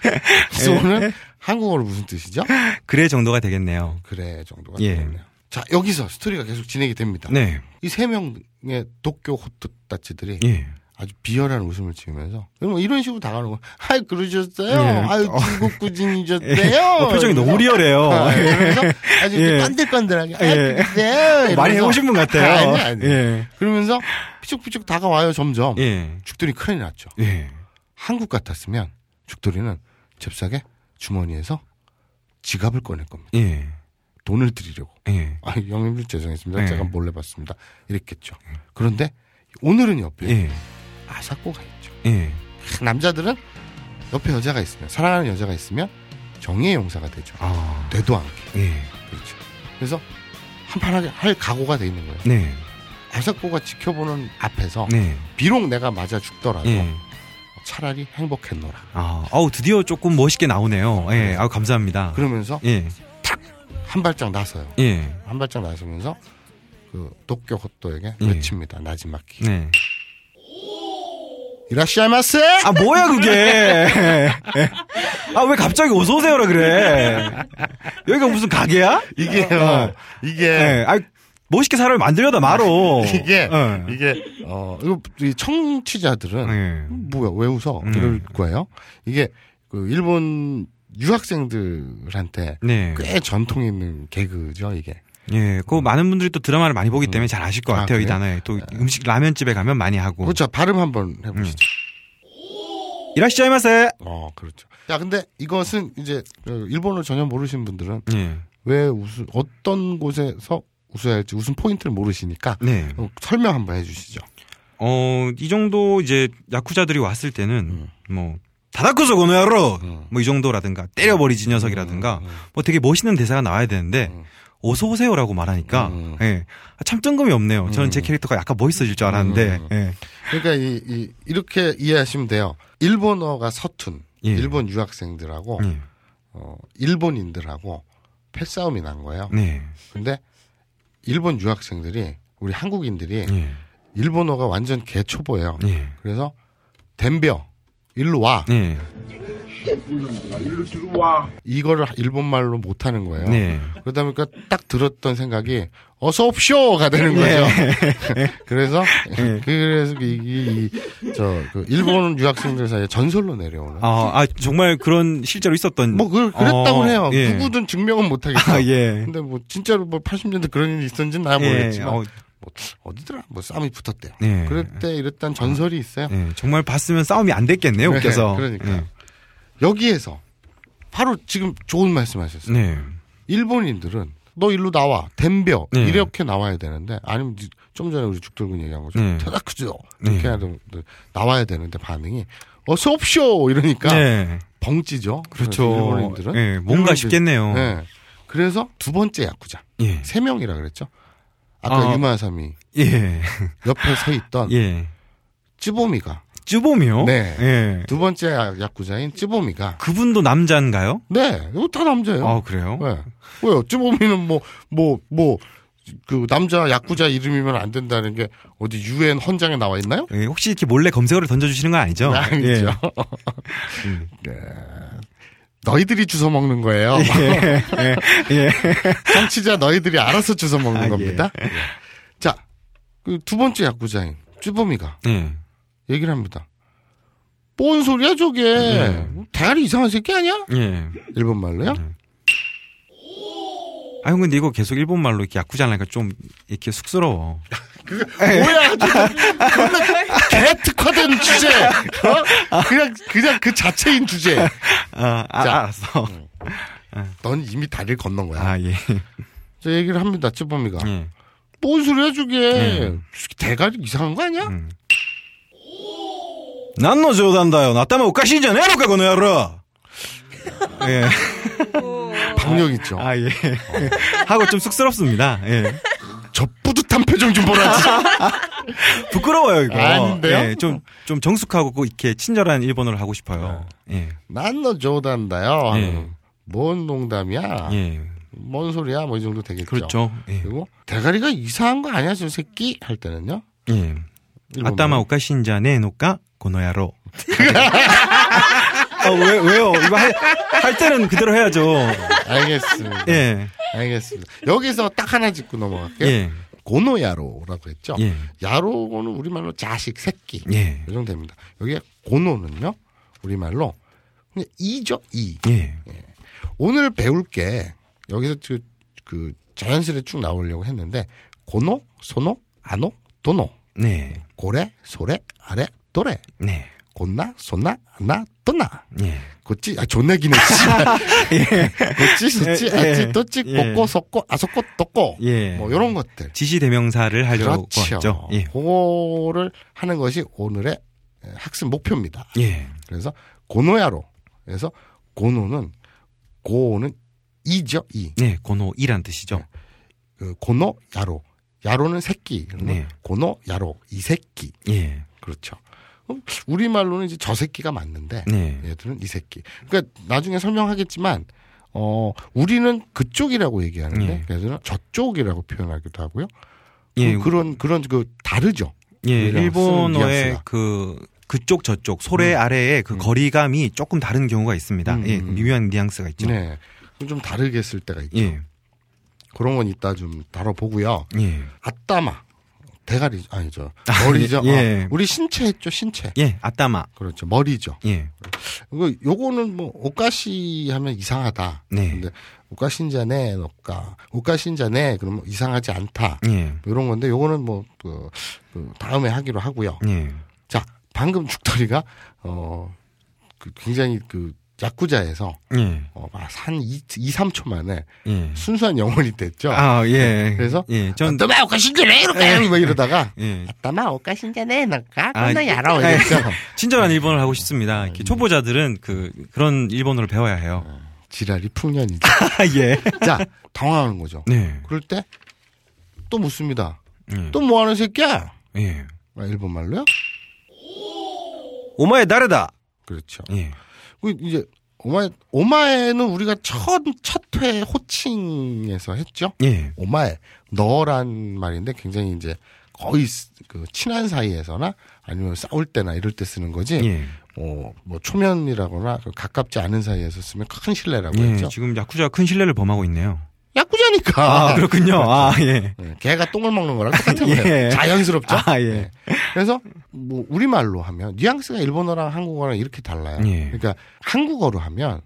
S1: 쏘는 한국어로 무슨 뜻이죠?
S2: 그래 정도가 되겠네요.
S1: 그래 정도가
S2: 예.
S1: 되겠네요. 자 여기서 스토리가 계속 진행이 됩니다.
S2: 네.
S1: 이 세 명의 도쿄 호토 따치들이
S2: 예.
S1: 아주 비열한 웃음을 지으면서 뭐 이런 식으로 다가오는 거예요. 아이 그러셨어요.
S2: 예.
S1: 아유
S2: 어. <laughs>
S1: 중국
S2: 예.
S1: 구진이셨대요.
S2: 어, 표정이 너무 리얼해요.
S1: 아,
S2: 예.
S1: 그래서 아주
S2: 예.
S1: 이렇게 건들건들하게 아이
S2: 예.
S1: 그러세요. 이러면서
S2: 많이 해보신 분 같아요.
S1: 아니, 아니.
S2: 예.
S1: 그러면서 피죽피죽 다가와요 점점.
S2: 예.
S1: 죽돌이 큰일 났죠.
S2: 예.
S1: 한국 같았으면 죽돌이는 잽싸게 주머니에서 지갑을 꺼낼 겁니다.
S2: 예.
S1: 돈을 드리려고.
S2: 예.
S1: 아, 영님들 죄송했습니다.
S2: 네.
S1: 제가 몰래 봤습니다. 이랬겠죠. 그런데 오늘은 옆에
S2: 예.
S1: 아사코가 있죠.
S2: 예.
S1: 남자들은 옆에 여자가 있으면 사랑하는 여자가 있으면 정의의 용사가 되죠.
S2: 아.
S1: 되도 않게
S2: 예.
S1: 그렇죠. 그래서 한판하게 할 각오가 돼 있는 거예요.
S2: 네.
S1: 아사코가 지켜보는 앞에서
S2: 네.
S1: 비록 내가 맞아 죽더라도
S2: 예.
S1: 차라리 행복했노라.
S2: 아, 아우 드디어 조금 멋있게 나오네요. 예. 아우 감사합니다.
S1: 그러면서
S2: 예.
S1: 한 발짝 나서요.
S2: 예.
S1: 한 발짝 나서면서 그 도쿄 호또에게
S2: 예.
S1: 외칩니다. 나지마키.
S2: 네.
S1: 이라시아마스!
S2: 아 뭐야 그게 아 왜 갑자기 어서 오세요라 그래 여기가 무슨 가게야
S1: 이게요.
S2: 어.
S1: 이게
S2: 예. 아 멋있게 사람을 만들려다 말어
S1: 아, 이게
S2: 예.
S1: 이게 어 이거 이 청취자들은
S2: 예.
S1: 뭐야 왜 웃어
S2: 음.
S1: 이럴 거예요. 이게 그 일본 유학생들한테
S2: 네.
S1: 꽤 전통 있는 개그죠 이게.
S2: 예. 그 많은 분들이 또 드라마를 많이 보기 때문에 잘 아실 것
S1: 아,
S2: 같아요. 이
S1: 그래요?
S2: 단어에 또 음식 라면집에 가면 많이 하고.
S1: 그렇죠 발음 한번 해보시죠.
S2: 이라시자이마세.
S1: 어 그렇죠. 야 근데 이것은 이제 그 일본어를 전혀 모르시는 분들은
S2: 예.
S1: 왜 웃음 어떤 곳에서 웃어야 할지 웃음 포인트를 모르시니까
S2: 네.
S1: 어, 설명 한번 해주시죠.
S2: 어, 이 정도 이제 야쿠자들이 왔을 때는
S1: 음.
S2: 뭐 다다쿠소 고노야로
S1: 음.
S2: 뭐 이 정도라든가 때려버리지 녀석이라든가 뭐 되게 멋있는 대사가 나와야 되는데
S1: 음.
S2: 어서 오세요라고 말하니까
S1: 음.
S2: 예. 아, 참 뜬금이 없네요. 저는 제 캐릭터가 약간 멋있어질 줄 알았는데
S1: 음.
S2: 예.
S1: 그러니까 이, 이 이렇게 이해하시면 돼요. 일본어가 서툰
S2: 예.
S1: 일본 유학생들하고
S2: 예.
S1: 어, 일본인들하고 패싸움이 난 거예요.
S2: 네.
S1: 근데 일본 유학생들이 우리 한국인들이
S2: 예.
S1: 일본어가 완전 개초보예요.
S2: 예.
S1: 그래서 덤벼 일로 와
S2: 네.
S1: 이거를 일본말로 못하는 거예요.
S2: 네.
S1: 그러다 보니까 딱 들었던 생각이 어서 옵쇼가 되는
S2: 네.
S1: 거죠.
S2: <laughs>
S1: 그래서 그래서 이저그 일본 유학생들 사이에 전설로 내려오는.
S2: 아, 아, 정말 그런 실제로 있었던
S1: 그 뭐 그, 그랬다고
S2: 어,
S1: 해요.
S2: 예.
S1: 누구든 증명은 못하겠어.
S2: <laughs> 아,
S1: <laughs>
S2: 예.
S1: 근데 뭐 진짜로 뭐 80년대 그런 일이 있었는지는 나 모르겠지만
S2: 어,
S1: 뭐 어디더라 뭐 싸움이 붙었대요.
S2: 예.
S1: 그때 이랬던 전설이 있어요.
S2: 예, 정말 봤으면 싸움이 안 됐겠네요,
S1: 네,
S2: 웃겨서.
S1: 그러니까 여기에서 바로 지금 좋은
S2: 예.
S1: 말씀하셨어요.
S2: 네.
S1: 일본인들은 너 일로 나와 댐벼
S2: 네.
S1: 이렇게 나와야 되는데 아니면 이- 좀 전에 우리 죽돌군 얘기한 거죠.
S2: 네.
S1: 대다크죠
S2: 네.
S1: 이렇게 하는 나와야 되는데 반응이 어서 옵쇼 이러니까
S2: 네.
S1: 벙찌죠.
S2: 그렇죠.
S1: 일본인들은
S2: 예, 뭔가
S1: 일본인들-
S2: 쉽겠네요.
S1: 네. 그래서 두 번째 야쿠자
S2: 예.
S1: 세 명이라 그랬죠. 아까
S2: 아.
S1: 유마삼이
S2: 예.
S1: 옆에 서 있던
S2: 예.
S1: 찌보미가
S2: 쯔봄이요?
S1: 아. 네.
S2: 예.
S1: 두 번째 야- 야쿠자인 찌보미가
S2: 그분도 남자인가요?
S1: 네 이거 다 남자예요.
S2: 아, 그래요?
S1: 네. 왜요? 찌보미는 뭐 뭐 뭐 그 남자 야쿠자 이름이면 안 된다는 게 어디 유엔 헌장에 나와 있나요?
S2: 예, 혹시 이렇게 몰래 검색어를 던져주시는 건 아니죠?
S1: <laughs> 네, 아니죠. 음. 네.
S2: 예.
S1: 너희들이 주워 먹는 거예요. 정치자 너희들이 알아서 주워 먹는
S2: 예. 아, 예.
S1: 겁니다. 예. 자, 그 두 번째 야구자인 쭈범이가
S2: 예.
S1: 얘기를 합니다. 뭔 소리야 저게? 대가리 이상한 새끼 아니야?
S2: 예.
S1: 일본 말로요?
S2: 아, 형, 근데 이거 계속 일본말로 이렇게 야쿠자 하니까 좀 이렇게 쑥스러워.
S1: <laughs> 뭐야? 저 개특화된 주제. 아. 어? 그냥 그냥 그 자체인 주제.
S2: 아, 아
S1: 자.
S2: 알았어. 예.
S1: 넌 이미 다리를 건넌 거야.
S2: 아, 예.
S1: 저 얘기를 합니다. 쯔범이가.
S2: 예.
S1: 뭔 소리야 저게.
S2: 음.
S1: 대가리 이상한 거 아니야?
S8: 何の冗談だよ頭おかしいんじゃねえのかこの野郎
S2: 예.
S1: 박력 있죠.
S2: 아, 예. <laughs> 하고 좀 쑥스럽습니다. 예.
S1: 저 뿌듯한 표정 좀 보라. 진짜.
S2: 부끄러워요, 이거.
S1: 아닌데요?
S2: 예, 좀, 좀 정숙하고 꼭 이렇게 친절한 일본어를 하고 싶어요.
S1: 네.
S2: 예.
S1: <laughs> 난너 좋단다요.
S2: 예.
S1: 뭔 농담이야?
S2: 예.
S1: 뭔 소리야? 뭐 이 정도 되겠죠.
S2: 그렇죠. 예.
S1: 아, 그리고 대가리가 이상한 거 아니야, 저 새끼? 할 때는요.
S2: 예.
S1: 일본말로.
S2: 아따마 오카신자 내놓까
S1: <laughs>
S2: 고노야로. 아, 왜, 왜요? 이거 할, 할 때는 그대로 해야죠.
S1: 알겠습니다.
S2: 예.
S1: 알겠습니다. 여기서 딱 하나 짚고 넘어갈게요.
S2: 예.
S1: 고노야로라고 했죠.
S2: 예.
S1: 야로는 우리말로 자식, 새끼.
S2: 예.
S1: 이 정도 됩니다. 여기에 고노는요, 우리말로 그냥 이죠, 이.
S2: 예.
S1: 오늘 배울 게 여기서 그, 그 자연스레 쭉 나오려고 했는데 고노, 소노, 아노, 도노,
S2: 네.
S1: 고래, 소래, 아래, 도래,
S2: 네.
S1: 곤나, 소나, 아나, 또나.
S2: 예.
S1: 고찌, 아, 존나기네,
S2: <laughs>
S1: <laughs> 고찌, 소찌, 아찌, 또찌,
S2: 예.
S1: 꼬꼬, 속꼬, 아속꼬, 또꼬.
S2: 예.
S1: 뭐, 요런 것들.
S2: 지시 대명사를 하려고
S1: 그렇죠.
S2: 하죠. 예.
S1: 그거를 하는 것이 오늘의 학습 목표입니다.
S2: 예.
S1: 그래서 고노야로. 그래서 고노는 고는 이죠 이.
S2: 네, 고노이란 뜻이죠.
S1: 그 고노야로. 야로는 새끼.
S2: 네.
S1: 고노야로 이 새끼.
S2: 예.
S1: 그렇죠. 우리 말로는 이제 저 새끼가 맞는데
S2: 네.
S1: 얘들은 이 새끼. 그러니까 나중에 설명하겠지만 어 우리는 그쪽이라고 얘기하는데 얘들은 저쪽이라고 표현하기도 하고요.
S2: 네. 예.
S1: 그, 런 그런 그 다르죠.
S2: 예.
S1: 우리랑 쓰는
S2: 일본어의
S1: 뉘앙스가.
S2: 그 그쪽 저쪽 소래 아래의 그 거리감이 조금 다른 경우가 있습니다.
S1: 음,
S2: 예.
S1: 음.
S2: 미묘한 뉘앙스가 있죠.
S1: 네. 그럼 좀 다르게 쓸 때가 있죠.
S2: 예.
S1: 그런 건 이따 좀 다뤄보고요.
S2: 예.
S1: 아따마. 대가리, 아니죠. 머리죠.
S2: 예.
S1: 아, 우리 신체 했죠, 신체.
S2: 예. 아따마.
S1: 그렇죠. 머리죠.
S2: 예.
S1: 이거, 요거는 뭐, 오까시 하면 이상하다.
S2: 네.
S1: 근데, 오까신자네, 오까. 오까신자네, 그러면 이상하지 않다.
S2: 예.
S1: 이런 건데, 요거는 뭐, 그, 그 다음에 하기로 하고요.
S2: 예.
S1: 자, 방금 죽돌이가, 어, 그 굉장히 그, 야쿠자에서,
S2: 예.
S1: 어, 막한 2, 3초 만에
S2: 예.
S1: 순수한 영혼이 됐죠.
S2: 아, 예.
S1: 네, 그래서?
S2: 예. 전
S1: 아따마 오까신자네 뭐 이렇게 막 이러다가 네.
S2: 예.
S1: 아따마 오까신자네 나까
S2: 아,
S1: 끝나 야라
S2: 예.
S1: 이랬죠.
S2: 친절한 일본어를 하고
S1: 아,
S2: 싶습니다.
S1: 음.
S2: 이렇게 초보자들은 그 그런 일본어를 배워야 해요.
S1: 네. 지랄이 풍년이지.
S2: 아, 예.
S1: 자 당황하는 거죠.
S2: 네.
S1: 그럴 때 또 묻습니다.
S2: 예.
S1: 또 뭐하는 새끼야?
S2: 예.
S1: 아, 일본 말로요?
S8: お前誰だ
S1: 그렇죠.
S2: 예.
S1: 그 이제 오마에 오마에는 우리가 첫첫회 호칭에서 했죠.
S2: 예.
S1: 오마에 너란 말인데 굉장히 이제 거의 스- 그 친한 사이에서나 아니면 싸울 때나 이럴 때 쓰는 거지.
S2: 예.
S1: 어, 뭐 초면이라거나 그 가깝지 않은 사이에서 쓰면 큰 신뢰라고
S2: 예.
S1: 했죠.
S2: 지금 야쿠자가 큰 신뢰를 범하고 있네요.
S1: 야쿠자니까.
S2: 아, 그렇군요. 아, 예.
S1: 예, 개가 똥을 먹는 거랑 똑같은
S2: 예.
S1: 거예요. 자연스럽죠.
S2: 아, 예.
S1: 그래서 뭐 우리 말로 하면 뉘앙스가 일본어랑 한국어랑 이렇게 달라요.
S2: 예.
S1: 그러니까 한국어로 하면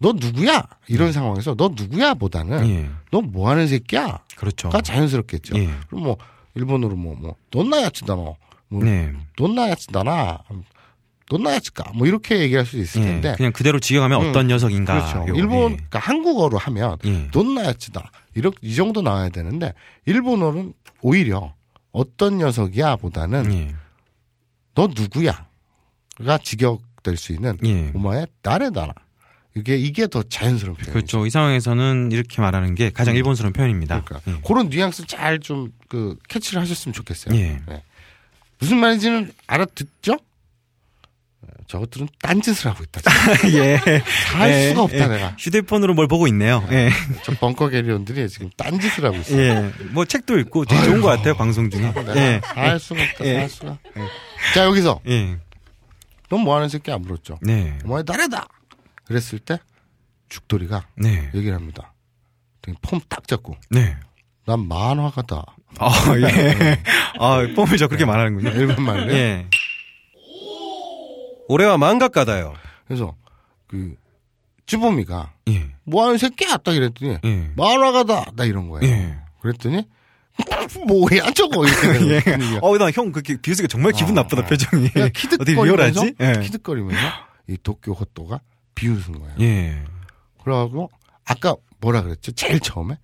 S1: 너 누구야 이런 상황에서 너 누구야보다는
S2: 예.
S1: 너 뭐 하는 새끼야가
S2: 그렇죠.
S1: 자연스럽겠죠.
S2: 예.
S1: 그럼 뭐 일본어로 뭐뭐 돈나야츠다 너, 뭐
S2: 네.
S1: 돈나야츠다나, 돈나야츠까 뭐 이렇게 얘기할 수도 있을
S2: 예.
S1: 텐데
S2: 그냥 그대로 지어가면
S1: 음,
S2: 어떤 녀석인가.
S1: 그렇죠.
S2: 요,
S1: 일본 그러니까 한국어로 하면
S2: 예. 예.
S1: 돈나야치다 이렇게 이 정도 나와야 되는데 일본어는 오히려 어떤 녀석이야보다는
S2: 예.
S1: 너 누구야가 직역될 수 있는
S2: 예.
S1: 오마의 나레다라 이게 이게 더 자연스러운 표현이죠.
S2: 그렇죠. 이 상황에서는 이렇게 말하는 게 가장 일본스러운 표현입니다.
S1: 음. 그러니까 그런 뉘앙스 잘 좀 그 캐치를 하셨으면 좋겠어요.
S2: 예. 예.
S1: 무슨 말인지는 알아듣죠? 어, 저것들은 딴짓을 하고 있다.
S2: <laughs> 예.
S1: 살
S2: 예.
S1: 수가 없다
S2: 예.
S1: 내가.
S2: 휴대폰으로 뭘 보고 있네요. 예.
S1: 저 벙커 게리온들이 지금 딴짓을 하고 있어요.
S2: 예. 뭐 책도 읽고 되게 좋은 것 같아요. 방송 중에.
S1: 내가
S2: 예.
S1: 살 수가 없다.
S2: 예.
S1: 살 수가. 자 여기서
S2: 예.
S1: 넌 뭐 하는 새끼야 물었죠.
S2: 네.
S1: 뭐야 나래다. 그랬을 때 죽돌이가
S2: 네.
S1: 얘기를 합니다. 되게 폼 딱 잡고
S2: 네.
S1: 난 만화가다.
S2: 아, 예. 아, 뽐을 저
S1: 네.
S2: 그렇게 말하는군요.
S1: 일본 말로.
S2: 예.
S8: 俺は漫画家だよ
S1: 그래서 그 쭈범이가
S2: 예.
S1: 뭐 하는 새끼야 딱 이랬더니
S2: 예.
S1: 만화가다 나 이런 거예요.
S2: 예.
S1: 그랬더니 <laughs> 뭐야 저거 이렇게 되는 <laughs> 거예요.
S2: 어, 나 형 그렇게 비웃으니까 정말 기분 나쁘다 표정이.
S1: 그냥
S2: 어떻게
S1: 예.
S2: 예.
S1: 키득거리면서
S2: 리얼하지? 예.
S1: 키득거리면서 이 도쿄 호또가 비웃은 거예요.
S2: 예.
S1: 그러고 아까 뭐라 그랬죠? 제일 처음에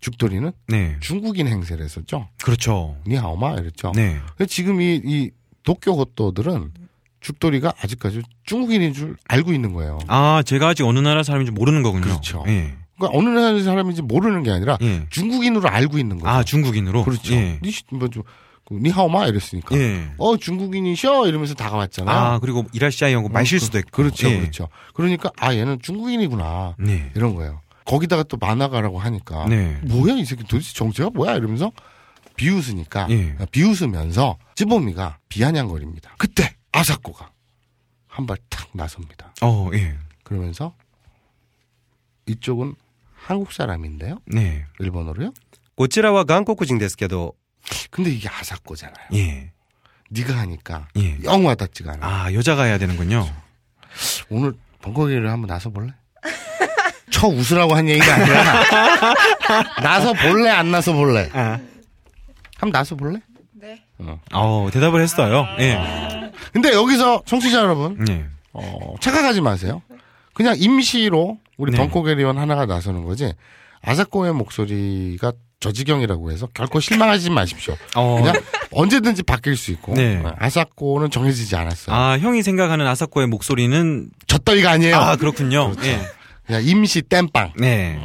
S1: 죽돌이는
S2: 네.
S1: 중국인 행세를 했었죠.
S2: 그렇죠.
S1: 니하오마 이랬죠.
S2: 네.
S1: 근데 지금 이, 이 도쿄 호또들은 죽돌이가 아직까지 중국인인 줄 알고 있는 거예요.
S2: 아, 제가 아직 어느 나라 사람인지 모르는 거군요.
S1: 그렇죠.
S2: 예.
S1: 그러니까 어느 나라 사람인지 모르는 게 아니라
S2: 예.
S1: 중국인으로 알고 있는 거예요.
S2: 아, 중국인으로?
S1: 그렇죠.
S2: 예.
S1: 니, 시- 뭐, 좀, 그 니하오마 이랬으니까.
S2: 예.
S1: 어 중국인이셔 이러면서 다가왔잖아요.
S2: 아, 그리고 이라시아이하고 말 실수도 했고.
S1: 그렇죠,
S2: 예.
S1: 그렇죠. 그러니까 아 얘는 중국인이구나
S2: 네.
S1: 이런 거예요. 거기다가 또 만화가라고 하니까
S2: 네.
S1: 뭐야 이 새끼 도대체 정체가 뭐야 이러면서 비웃으니까
S2: 예.
S1: 비웃으면서 찌보미가 비아냥거립니다. 그때 아사코가 한 발 탁 나섭니다.
S2: 어, 예.
S1: 그러면서 이쪽은 한국 사람인데요,
S2: 네.
S1: 일본어로요.
S9: こちらは韓国人ですけど、
S1: 근데 이게 아사코잖아요.
S2: 예.
S1: 네가 하니까
S2: 예.
S1: 영 와닿지가 않아.
S2: 아, 여자가 해야 되는군요.
S1: 오늘 번거기를 한번 나서 볼래? <laughs> 쳐 웃으라고 한 얘기가 아니라 <laughs> 나서 볼래 안 나서 볼래?
S2: 아.
S1: 한번 나서 볼래?
S2: 어, 대답을 했어요. 예.
S1: 근데 여기서 청취자 여러분
S2: 예.
S1: 어, 착각하지 마세요. 그냥 임시로 우리
S2: 네.
S1: 벙커게리원 하나가 나서는 거지 아사코의 목소리가 저지경이라고 해서 결코 실망하지 마십시오.
S2: 어.
S1: 그냥 언제든지 바뀔 수 있고 어,
S2: 네.
S1: 아사코는 정해지지 않았어요.
S2: 아, 형이 생각하는 아사코의 목소리는
S1: 젖더리가 아니에요.
S2: 아, 그렇군요. 예.
S1: 그냥 임시 땜빵.
S2: 네.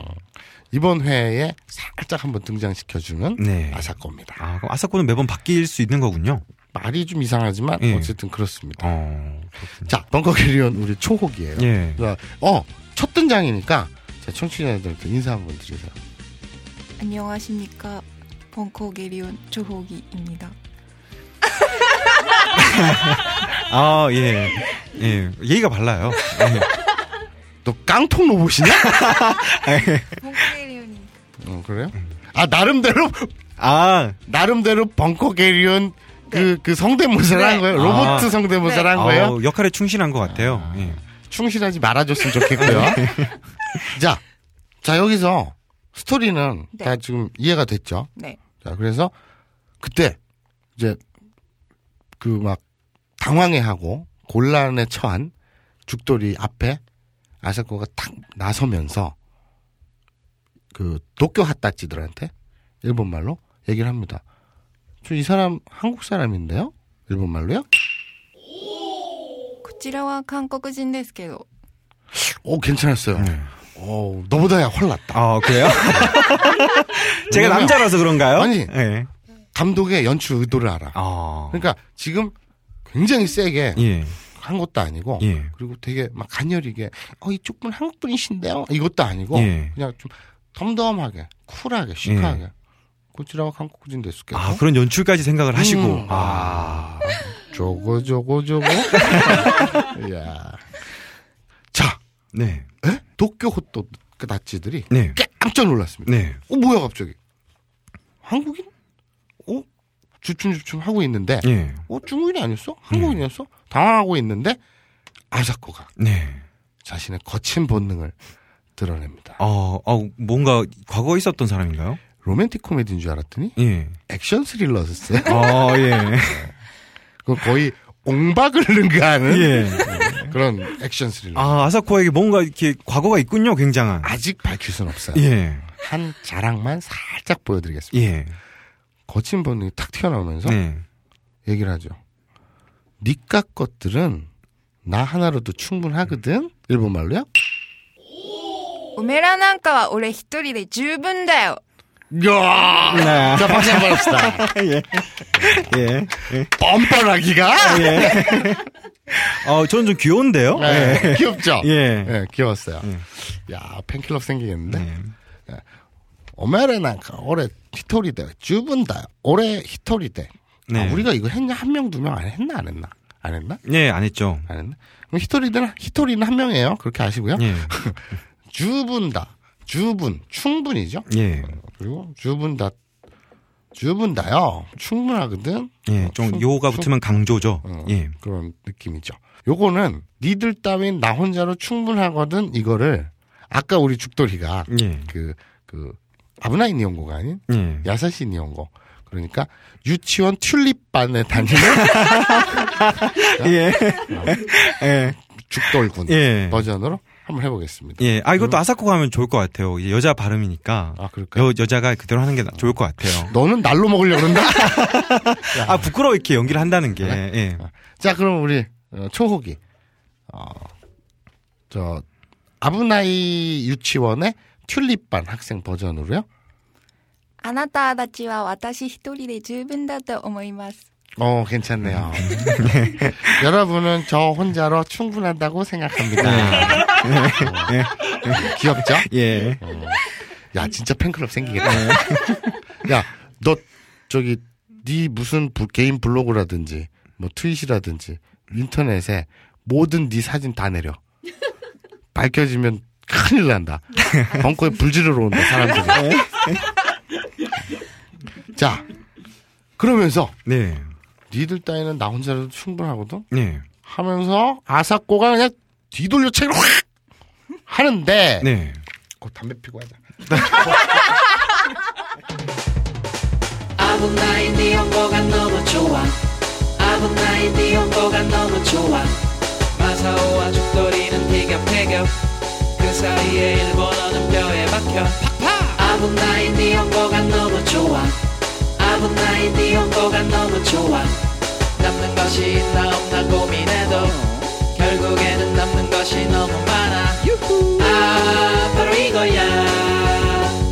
S1: 이번 회에 살짝 한번 등장시켜주는
S2: 네.
S1: 아사코입니다.
S2: 아, 그럼 아사코는 매번 바뀔 수 있는 거군요.
S1: 말이 좀 이상하지만
S2: 예.
S1: 어쨌든 그렇습니다.
S2: 어.
S1: 자, 벙커캐리온 우리 초호기예요.
S2: 예.
S1: 자, 어, 첫 등장이니까 자, 청취자들한테 인사 한번 드리세요.
S10: 안녕하십니까 벙커 게리온 조호기입니다.
S2: 아, 예. 예. 예의가 발라요. 예.
S1: 너 깡통 로봇이냐?
S10: 벙커 게리온이
S1: 어, 그래요?
S2: 음.
S1: 아, 나름대로
S2: 아,
S1: 나름대로 벙커캐리온 그, 그 성대모사를 한 거예요. 로봇
S2: 아.
S1: 성대모사를 한
S2: 어,
S1: 거예요.
S2: 역할에 충실한 것 같아요. 예.
S1: 충실하지 말아줬으면 좋겠고요. 자, 자 여기서 스토리는
S10: 네.
S1: 다 지금 이해가 됐죠.
S10: 네.
S1: 자 그래서 그때 이제 그 막 당황해하고 곤란에 처한 죽돌이 앞에 아사코가 탁 나서면서 그 도쿄 핫다찌들한테 일본 말로 얘기를 합니다. 저 이 사람 한국 사람인데요? 일본 말로요?
S10: こちらは韓国人ですけど
S1: 오 괜찮았어요.
S2: 네.
S1: 오 너보다야 헐났다.
S2: 아, 그래요? <laughs> 제가
S1: 왜냐면-
S2: 남자라서 그런가요?
S1: 아니.
S2: 예.
S1: 감독의 연출 의도를 알아.
S2: 아.
S1: 그러니까 지금 굉장히 세게
S2: 예.
S1: 한 것도 아니고
S2: 예.
S1: 그리고 되게 막 간열이게 어 이쪽 분 한국 분이신데요 이것도 아니고
S2: 예.
S1: 그냥 좀 덤덤하게 쿨하게 시크하게 고치라고 한국인 됐을게
S2: 아, 그런 연출까지 생각을 하시고.
S1: 음.
S2: 아.
S1: 저거 저거
S2: <laughs>
S1: 저거 야. 자
S2: 네.
S1: 에? 도쿄 호또 그 나치들이
S2: 네.
S1: 깜짝 놀랐습니다
S2: 네.
S1: 어 뭐야 갑자기 한국인 어 주춤주춤 하고 있는데
S2: 예.
S1: 어, 중국인이 아니었어? 한국인이었어? 당황하고 있는데 아사코가
S2: 네.
S1: 자신의 거친 본능을 드러냅니다.
S2: 어, 어, 뭔가 과거에 있었던 사람인가요?
S1: 로맨틱 코미디인 줄 알았더니
S2: 예.
S1: 액션 스릴러였어요.
S2: 아, 예.
S1: 그거 거의 옹박을 능가하는
S2: 예.
S1: 그런 액션 스릴러.
S2: 아, 아사코에게 뭔가 이렇게 과거가 있군요, 굉장한.
S1: 아직 밝힐 순 없어요.
S2: 예.
S1: 한 자랑만 살짝 보여드리겠습니다.
S2: 예.
S1: 거친 본능이 탁 튀어나오면서
S2: 네.
S1: 얘기를 하죠. 니까 것들은 나 하나로도 충분하거든? 일본 말로요?
S10: おめらなんかは俺一人で十分だよ
S1: 이야!
S2: 네.
S1: 자, 박수 한번 합시다. <laughs>
S2: 예.
S1: 뻔뻔하기가?
S2: 어, 저는 좀 귀여운데요?
S1: 네, <laughs> 귀엽죠?
S2: 예.
S1: 네, 귀여웠어요. 야, 팬클럽 생기겠는데?
S2: 네.
S1: 예. 오메레 난카 그 올해 히토리대 주분다 올해 히토리대
S2: 네.
S1: 아, 우리가 이거 했냐 한 명 두 명 안 했나 안 했나 안 했나
S2: 예, 안 했죠.
S1: 안 했나 그럼 히토리대는 히토리는 한 명이에요 그렇게 아시고요
S2: 예.
S1: 주분다 주분 충분이죠
S2: 예.
S1: 그리고 주분다 주분다요 충분하거든
S2: 예. 좀 요가 붙으면 강조죠.
S1: 어.
S2: 예.
S1: 그런 느낌이죠. 요거는 니들 따윈 나 혼자로 충분하거든 이거를 아까 우리 죽돌이가
S2: 예.
S1: 그, 그 아브나이 니온고가 아닌
S2: 예.
S1: 야사시 니온고 그러니까 유치원 튤립반에 다니는
S2: <laughs> 예.
S1: 죽돌군
S2: 예.
S1: 뭐, 버전으로 한번 해보겠습니다.
S2: 예, 아 이것도 아사코가 하면 좋을 것 같아요. 이제 여자 발음이니까
S1: 음? 아 그럴까?
S2: 여, 여자가 그대로 하는 게 나- 좋을 것 같아요.
S1: 너는 날로 먹으려 그런다. <laughs>
S2: 아 부끄러워 이렇게 연기를 한다는 게.
S1: 네?
S2: 예.
S1: 자, 그럼 우리 어, 초호기. 어, 저 아브나이 유치원의 튤립반 학생 버전으로요.
S10: あなたたちは私一人で十分だと思います。
S1: 어, <laughs> 괜찮네요.
S2: 음.
S1: 여러분은 저 혼자로 충분하다고
S2: 네.
S1: 생각합니다. 어, 귀엽죠?
S2: 예.
S1: 야, 진짜 팬클럽 생기겠다. <laughs> 야, 너 저기 네 무슨 부- 개인 블로그라든지 뭐 트윗이라든지 인터넷에 모든 네 사진 다 내려. 밝혀지면 큰일 난다. 벙커에 불지르러 온다 사람들이. 자, 그러면서
S2: 네.
S1: 니들 따위는 나 혼자라도 충분하거든.
S2: 네.
S1: 하면서 아사코가 그냥 뒤돌려 책을 확 하는데
S2: 네.
S1: 어, 담배 피고 하자.
S11: 아브나이 네 연보가 너무 좋아 아브나이 네 연보가 너무 좋아 마사오와 죽돌이는 티격태격 그 사이에 일본어는 뼈에 박혀 아브나이 네 연보가 너무 좋아 아브나이 네 연보가 너무 좋아 남는 것이 있나 없나 고민해도 결국에는 남는 것이 너무 많아 아 바로 이거야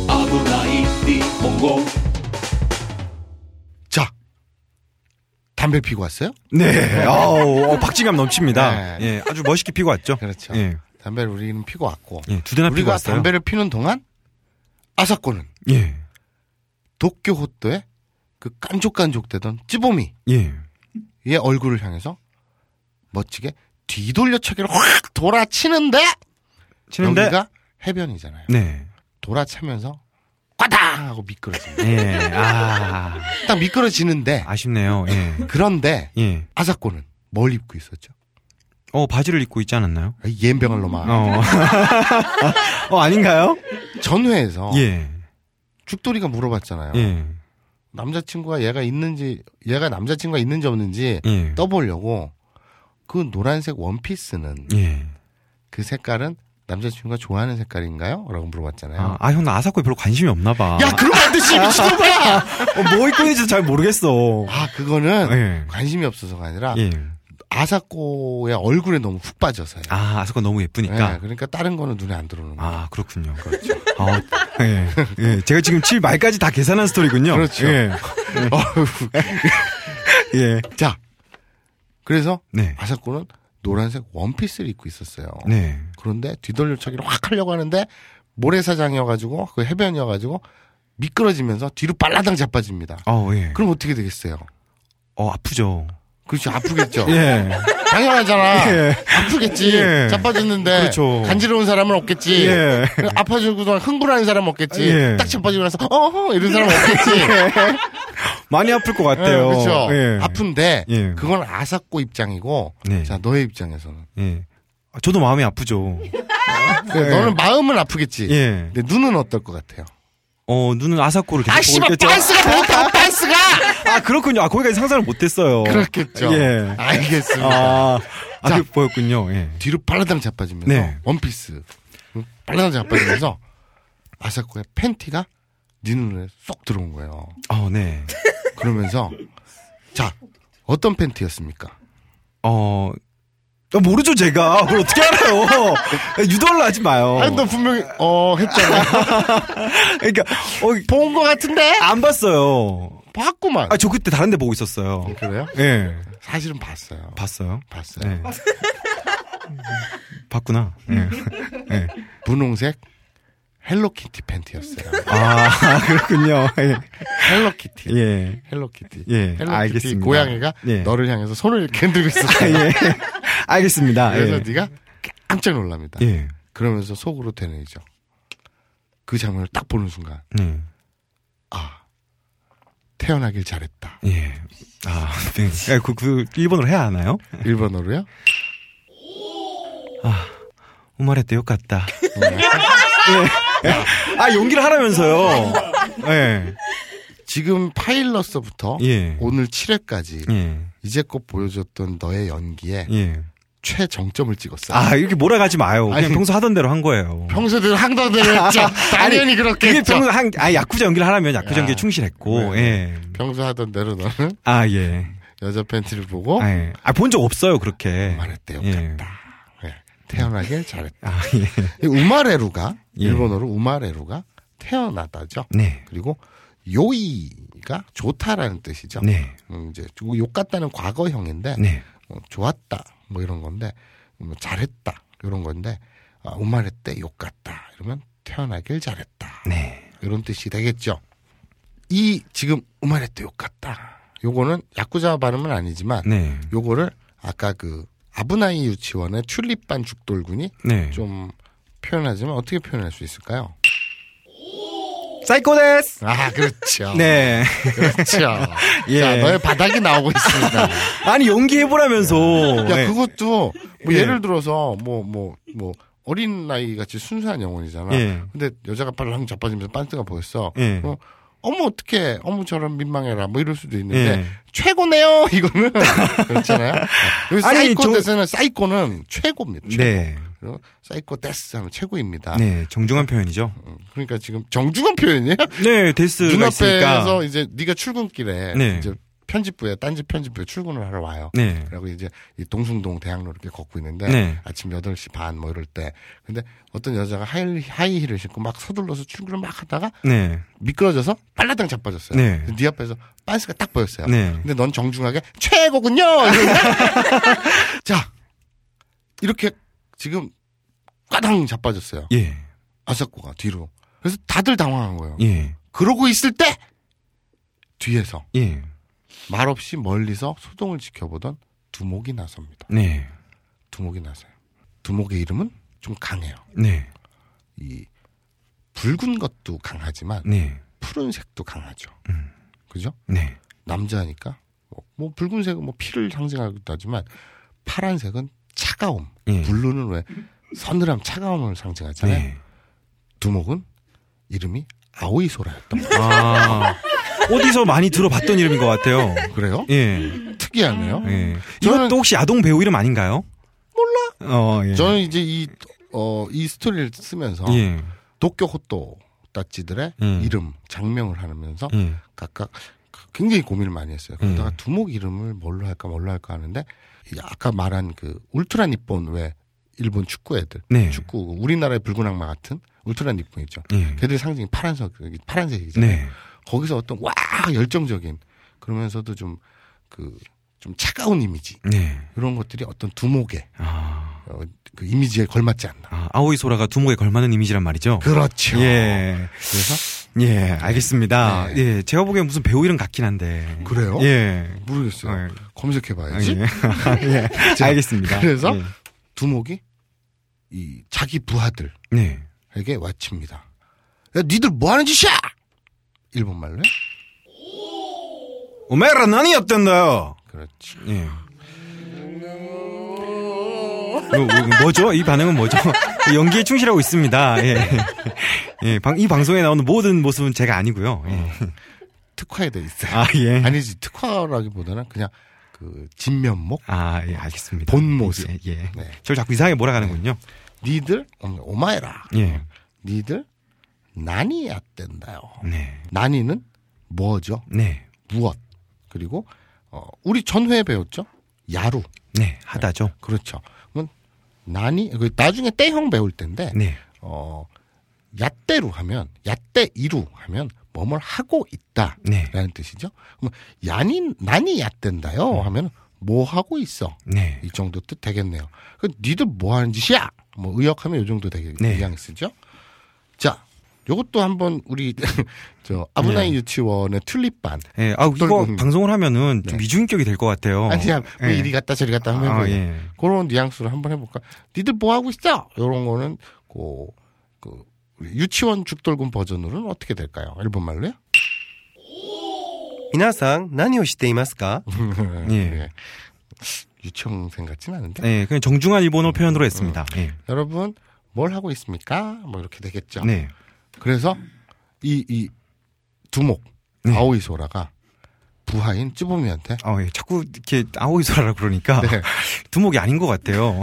S11: 아브나이 네 연보
S1: 자, 담배 피고 왔어요?
S2: 네. 아우, 어, 박진감 넘칩니다.
S1: 네.
S2: 예. 아주 멋있게 피고 왔죠.
S1: 그렇죠.
S2: 예.
S1: 담배를 우리는 피고 왔고
S2: 예. 두 대나 피고
S1: 우리가
S2: 왔어요.
S1: 담배를 피는 동안 아사코는
S2: 예.
S1: 도쿄 호토의 그 깐족깐족대던 찌보미의
S2: 예.
S1: 얼굴을 향해서 멋지게 뒤돌려 차기로 확 돌아치는데
S2: 치는데
S1: 여기가 해변이잖아요.
S2: 네.
S1: 돌아차면서 꽈당 하고 미끄러집니다.
S2: 예. 아.
S1: 딱 미끄러지는데
S2: 아쉽네요. 예.
S1: 그런데
S2: 예.
S1: 아사코는 뭘 입고 있었죠?
S2: 어, 바지를 입고 있지 않았나요?
S1: 이 옌병을 놈아.
S2: 어. <laughs> 어, 아닌가요?
S1: 전회에서
S2: 예.
S1: 죽돌이가 물어봤잖아요.
S2: 예.
S1: 남자친구가 얘가 있는지 얘가 남자친구가 있는지 없는지
S2: 예.
S1: 떠보려고 그 노란색 원피스는
S2: 예.
S1: 그 색깔은 남자친구가 좋아하는 색깔인가요? 라고 물어봤잖아요.
S2: 아, 아, 형, 나 아사코에 별로 관심이 없나 봐.
S1: 야 그러면 안 되지 미친놈아!
S2: 어, 뭐 입고 있는지 잘 모르겠어.
S1: 아 그거는
S2: 예.
S1: 관심이 없어서가 아니라
S2: 예.
S1: 아사코의 얼굴에 너무 훅 빠져서요.
S2: 아, 아사코 너무 예쁘니까.
S1: 예, 그러니까 다른 거는 눈에 안 들어오는 거예요.
S2: 아, 그렇군요. 그렇죠. 아, 예. 예. 제가 지금 7 말까지 다 계산한 스토리군요.
S1: 그렇죠.
S2: 예.
S1: <laughs> 어휴.
S2: 예.
S1: 자 그래서
S2: 네.
S1: 아사코는 노란색 원피스를 입고 있었어요.
S2: 네.
S1: 그런데 뒤돌려차기를 확 하려고 하는데 모래사장이어가지고 그 해변이어가지고 미끄러지면서 뒤로 빨라당 자빠집니다.
S2: 어, 예.
S1: 그럼 어떻게 되겠어요?
S2: 어, 아프죠.
S1: 그렇죠 아프겠죠.
S2: <laughs> 예.
S1: 당연하잖아.
S2: 예.
S1: 아프겠지.
S2: 예.
S1: 자빠졌는데
S2: 그렇죠.
S1: 간지러운 사람은 없겠지.
S2: 예.
S1: 아파지고 동안 흥분하는 사람은 없겠지.
S2: 예.
S1: 딱 자빠지고 나서 어허 이런 사람은
S2: <laughs>
S1: 없겠지.
S2: 많이 아플 것
S1: 예,
S2: 같아요.
S1: 그렇죠.
S2: 예.
S1: 아픈데
S2: 예.
S1: 그건 아사코 입장이고
S2: 네.
S1: 자 너의 입장에서는
S2: 예. 아, 저도 마음이 아프죠.
S1: 그래, 예, 너는 마음은 아프겠지.
S2: 예.
S1: 근데 눈은 어떨 것 같아요?
S2: 어, 눈은 아사코를 계속
S1: 아
S2: 보고
S1: 씨발
S2: 있겠죠.
S1: 빤스가 보였다 빤스가
S2: 아, 그렇군요. 아, 거기까지 상상을 못했어요.
S1: 그렇겠죠
S2: 예.
S1: 알겠습니다
S2: 아, 아,
S1: 자.
S2: 그 보였군요. 예.
S1: 뒤로 빨라당 자빠지면서
S2: 네.
S1: 원피스 응? 빨라당 자빠지면서 아사코의 팬티가 네 눈에 쏙 들어온 거예요
S2: 어, 네.
S1: 그러면서 자 어떤 팬티였습니까
S2: 어, 어, 모르죠, 제가. 그걸 어떻게 알아요. 예, 유도를 하지 마요.
S1: 아니 너 분명히 어 했잖아
S2: 그러니까, 어,
S1: 본 거 같은데
S2: 안 봤어요.
S1: 봤구만
S2: 아, 저 그때 다른 데 보고 있었어요.
S1: 그래요
S2: 예.
S1: 사실은 봤어요
S2: 봤어요?
S1: 봤어요
S2: 예. <laughs> 봤구나. 예.
S1: <laughs>
S2: 예.
S1: 분홍색 헬로키티 팬티였어요
S2: 아, 그렇군요. 예.
S1: 헬로키티
S2: 예.
S1: 헬로키티.
S2: 예,
S1: 헬로키티
S2: 알겠습니다.
S1: 고양이가
S2: 예.
S1: 너를 향해서 손을 이렇게 흔들고 있었어.
S2: 예. 알겠습니다.
S1: 그래서
S2: 예.
S1: 네가 깜짝 놀랍니다.
S2: 예.
S1: 그러면서 속으로 되뇌이죠. 그 장면을 딱 보는 순간
S2: 네.
S1: 아 태어나길 잘했다.
S2: 예. 아, 네. 예, 그, 그, 일본어로 해야 하나요?
S1: 일본어로요?
S2: 오마레떼 욕 같다. 예. 아, 용기를 하라면서요. 예.
S1: 지금 파일럿서부터
S2: 예.
S1: 오늘 7회까지
S2: 예.
S1: 이제껏 보여줬던 너의 연기에
S2: 예.
S1: 최정점을 찍었어요.
S2: 아 이렇게 몰아가지 마요. 그냥
S1: 아니.
S2: 평소 하던 대로 한 거예요.
S1: 평소들 <laughs> 항당대로 했죠. 당연히 그렇게
S2: 그게
S1: 했죠.
S2: 평소 한, 아 야쿠자 연기를 하라면 야쿠자
S1: 야. 네.
S2: 연기에 충실했고, 예.
S1: 평소 하던 대로 너는
S2: 아 예.
S1: 여자 팬티를 보고
S2: 아, 예. 아, 본 적 없어요,
S1: 예. 아,
S2: 그렇게. 말했대요.
S1: 음. 태어나길 잘했다.
S2: 아, 예.
S1: 이 우마레루가
S2: 예.
S1: 일본어로 우마레루가 태어나다죠.
S2: 네.
S1: 그리고 요이가 좋다라는 뜻이죠.
S2: 네.
S1: 음, 이제 욕 같다는 과거형인데
S2: 네.
S1: 어, 좋았다 뭐 이런 건데 뭐 잘했다 이런 건데 아, 우마레때 욕 같다 이러면 태어나길 잘했다.
S2: 네.
S1: 이런 뜻이 되겠죠. 이 지금 우마레때 욕 같다. 요거는 야쿠자 발음은 아니지만
S2: 네.
S1: 요거를 아까 그 아브나이 유치원의 튤립반 죽돌군이
S2: 네.
S1: 좀 표현하지만 어떻게 표현할 수 있을까요?
S2: 사이코데스.
S1: 아 그렇죠.
S2: 네.
S1: 그렇죠.
S2: <laughs> 예.
S1: 자 너의 바닥이 나오고 있습니다.
S2: 아니 연기해 보라면서. 네.
S1: 야 그것도 뭐
S2: 예.
S1: 예를 들어서 뭐 뭐 뭐 어린 나이 같이 순수한 영혼이잖아.
S2: 예.
S1: 근데 여자가 발랑 자빠지면서 반트가 보였어.
S2: 예.
S1: 어, 어머 어떻게 어머 저런 민망해라 뭐 이럴 수도 있는데
S2: 예.
S1: 최고네요 <laughs> 이거는
S2: <laughs>
S1: 그렇잖아요. 여기
S2: 아니,
S1: 사이코
S2: 저-
S1: 데스는 사이코는 최고입니다. 최고.
S2: 네.
S1: 그리고 사이코 데스 하면 최고입니다.
S2: 네. 정중한 표현이죠.
S1: 그러니까 지금 정중한
S2: <laughs>
S1: 표현이에요.
S2: 네. 데스가 있으니까.
S1: 눈앞에서 이제 네가 출근길에
S2: 네.
S1: 이제 편집부에 딴지 편집부에 출근을 하러 와요.
S2: 네.
S1: 그리고 이제 이 동숭동 대학로 이렇게 걷고 있는데
S2: 네.
S1: 아침 8시 반 뭐 이럴 때 근데 어떤 여자가 하이, 하이힐을 신고 막 서둘러서 출근을 막 하다가
S2: 네.
S1: 미끄러져서 빨라당 자빠졌어요.
S2: 네.
S1: 근데 네 앞에서 빤스가 딱 보였어요.
S2: 네.
S1: 근데 넌 정중하게 최고군요. 이러면서 <laughs> 자 이렇게 지금 까당 자빠졌어요.
S2: 예.
S1: 아사코가 뒤로. 그래서 다들 당황한 거예요.
S2: 예.
S1: 그러고 있을 때 뒤에서
S2: 예.
S1: 말없이 멀리서 소동을 지켜보던 두목이 나섭니다.
S2: 네.
S1: 두목이 나서요. 두목의 이름은 좀 강해요.
S2: 네.
S1: 이 붉은 것도 강하지만
S2: 네.
S1: 푸른색도 강하죠.
S2: 음.
S1: 그죠?
S2: 네.
S1: 남자니까 뭐, 뭐 붉은색은 뭐 피를 상징하기도 하지만 파란색은 차가움.
S2: 예.
S1: 블루는 왜 서늘함, 차가움을 상징하잖아요.
S2: 네.
S1: 두목은 이름이 아오이소라였던 거예요.
S2: 아. 어디서 많이 들어봤던 이름인 것 같아요. <laughs>
S1: 그래요?
S2: 예.
S1: 특이하네요.
S2: 예.
S1: 음. 저는-
S2: 이것도 혹시 야동 배우 이름 아닌가요? 몰라. 어, 예.
S1: 저는 아. 이제 이, 어, 이 스토리를 쓰면서
S2: 예.
S1: 도쿄 호또 따찌들의
S2: 음.
S1: 이름, 장명을 하면서
S2: 예.
S1: 각각 굉장히 고민을 많이 했어요. 그러다가
S2: 음.
S1: 두목 이름을 뭘로 할까, 뭘로 할까 하는데 이 아까 말한 그 울트라 니폰 왜 일본 축구 애들,
S2: 네.
S1: 축구 우리나라의 붉은 악마 같은 울트라 니폰 있죠.
S2: 예.
S1: 걔들 상징이 파란색, 파란색이잖아요.
S2: 네.
S1: 거기서 어떤 와 열정적인 그러면서도 좀 그, 좀 차가운 이미지
S2: 네.
S1: 이런 것들이 어떤 두목의
S2: 아.
S1: 어, 그 이미지에 걸맞지 않나.
S2: 아, 아오이 소라가 두목에 걸맞는 이미지란 말이죠.
S1: 그렇죠.
S2: 예.
S1: 그래서
S2: 예, 알겠습니다.
S1: 네.
S2: 예, 제가 보기엔 무슨 배우 이름 같긴 한데.
S1: 그래요?
S2: 예.
S1: 모르겠어요.
S2: 어,
S1: 검색해봐야지.
S2: 예. 예.
S1: <laughs> 자,
S2: 알겠습니다.
S1: 그래서?
S2: 예.
S1: 두목이 이 자기 부하들에게
S2: 네.
S1: 외칩니다. 야, 니들 뭐 하는 짓이야? 일본 말로요?
S8: 오메라 나니 어땠나요?
S1: 그렇지.
S2: 예. 뭐, 뭐죠? 이 반응은 뭐죠? <laughs> 연기에 충실하고 있습니다. 예. 예, 방, 이 방송에 나오는 모든 모습은 제가 아니고요. 예.
S1: 특화에 돼 있어요.
S2: 아, 예.
S1: 아니지, 특화라기보다는 그냥 그 진면목?
S2: 아, 예, 알겠습니다.
S1: 본 모습.
S2: 예. 예.
S1: 네.
S2: 저를 자꾸 이상하게 몰아가는군요.
S1: 니들, 음, 오마에라.
S2: 예.
S1: 니들, 난이 앗된다요.
S2: 네.
S1: 난이는 뭐죠?
S2: 네.
S1: 무엇? 그리고, 어, 우리 전회에 배웠죠? 야루.
S2: 네. 하다죠.
S1: 그렇죠. 그럼 난이, 그 나중에 때형 배울 텐데,
S2: 네.
S1: 어, 야떼루 하면, 야떼이루 하면, 뭐뭘 하고 있다.
S2: 네.
S1: 라는 뜻이죠. 그럼, 야니, 난이 야댄다요. 하면, 뭐 하고 있어.
S2: 네.
S1: 이 정도 뜻 되겠네요. 그, 니들 뭐 하는 짓이야! 뭐, 의역하면 요 정도 되게,
S2: 네.
S1: 이양 쓰죠. 자, 요것도 한번 우리, <laughs> 저,
S2: 네.
S1: 아브나이 유치원의 튤립반.
S2: 예, 아, 이거
S1: 떨군.
S2: 방송을 하면은
S1: 네.
S2: 좀 미중인격이 될 것 같아요.
S1: 아니야, 뭐
S2: 예.
S1: 이리 갔다 저리 갔다 하면
S2: 아,
S1: 뭐
S2: 예.
S1: 그런 뉘앙스로 한번 해볼까? 니들 뭐 하고 있어? 이런 거는 그, 그 유치원 죽돌군 버전으로는 어떻게 될까요? 일본 말로요?
S9: 皆さん,
S1: <laughs>
S9: 何をしていますか?
S2: 예.
S1: 예. 유치원생 같진 않은데
S2: 예, 그냥 정중한 일본어 표현으로 했습니다. 예.
S1: 여러분 뭘 하고 있습니까? 뭐 이렇게 되겠죠.
S2: 네.
S1: 그래서 이 이 두목
S2: 네.
S1: 아오이소라가 부하인 쯔보미한테.
S2: 어, 예. 자꾸 이렇게 아오이 소라라
S1: 네.
S2: <laughs> 그러니까 두목이 아닌
S1: <laughs>
S2: 것 같아요.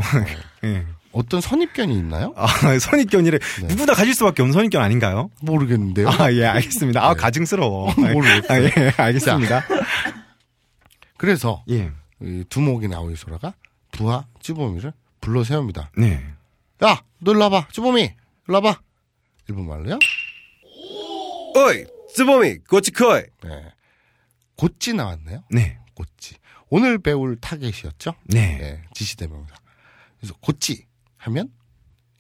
S2: 예.
S1: 어떤 선입견이 있나요?
S2: 아, 선입견이래.
S1: 네.
S2: 누구나 가질 수밖에 없는 선입견 아닌가요?
S1: 모르겠는데요.
S2: 아, 예, 알겠습니다.
S1: 네.
S2: 아, 가증스러워.
S1: 모르겠어요.
S2: 아, 예, 알겠습니다.
S1: 그래서
S2: 예.
S1: 이 두목인 아오이소라가 부하 쯔보미를 불러 세웁니다.
S2: 네.
S1: 야, 너 일로 와봐. 쯔보미, 일로 와봐. 일본 말로요?
S9: 어이, 쯔보미, 고치코이.
S1: 네. 곧지 나왔네요.
S2: 네.
S1: 곧지. 오늘 배울 타겟이었죠?
S2: 네.
S1: 예, 지시대명사. 그래서 곧지 하면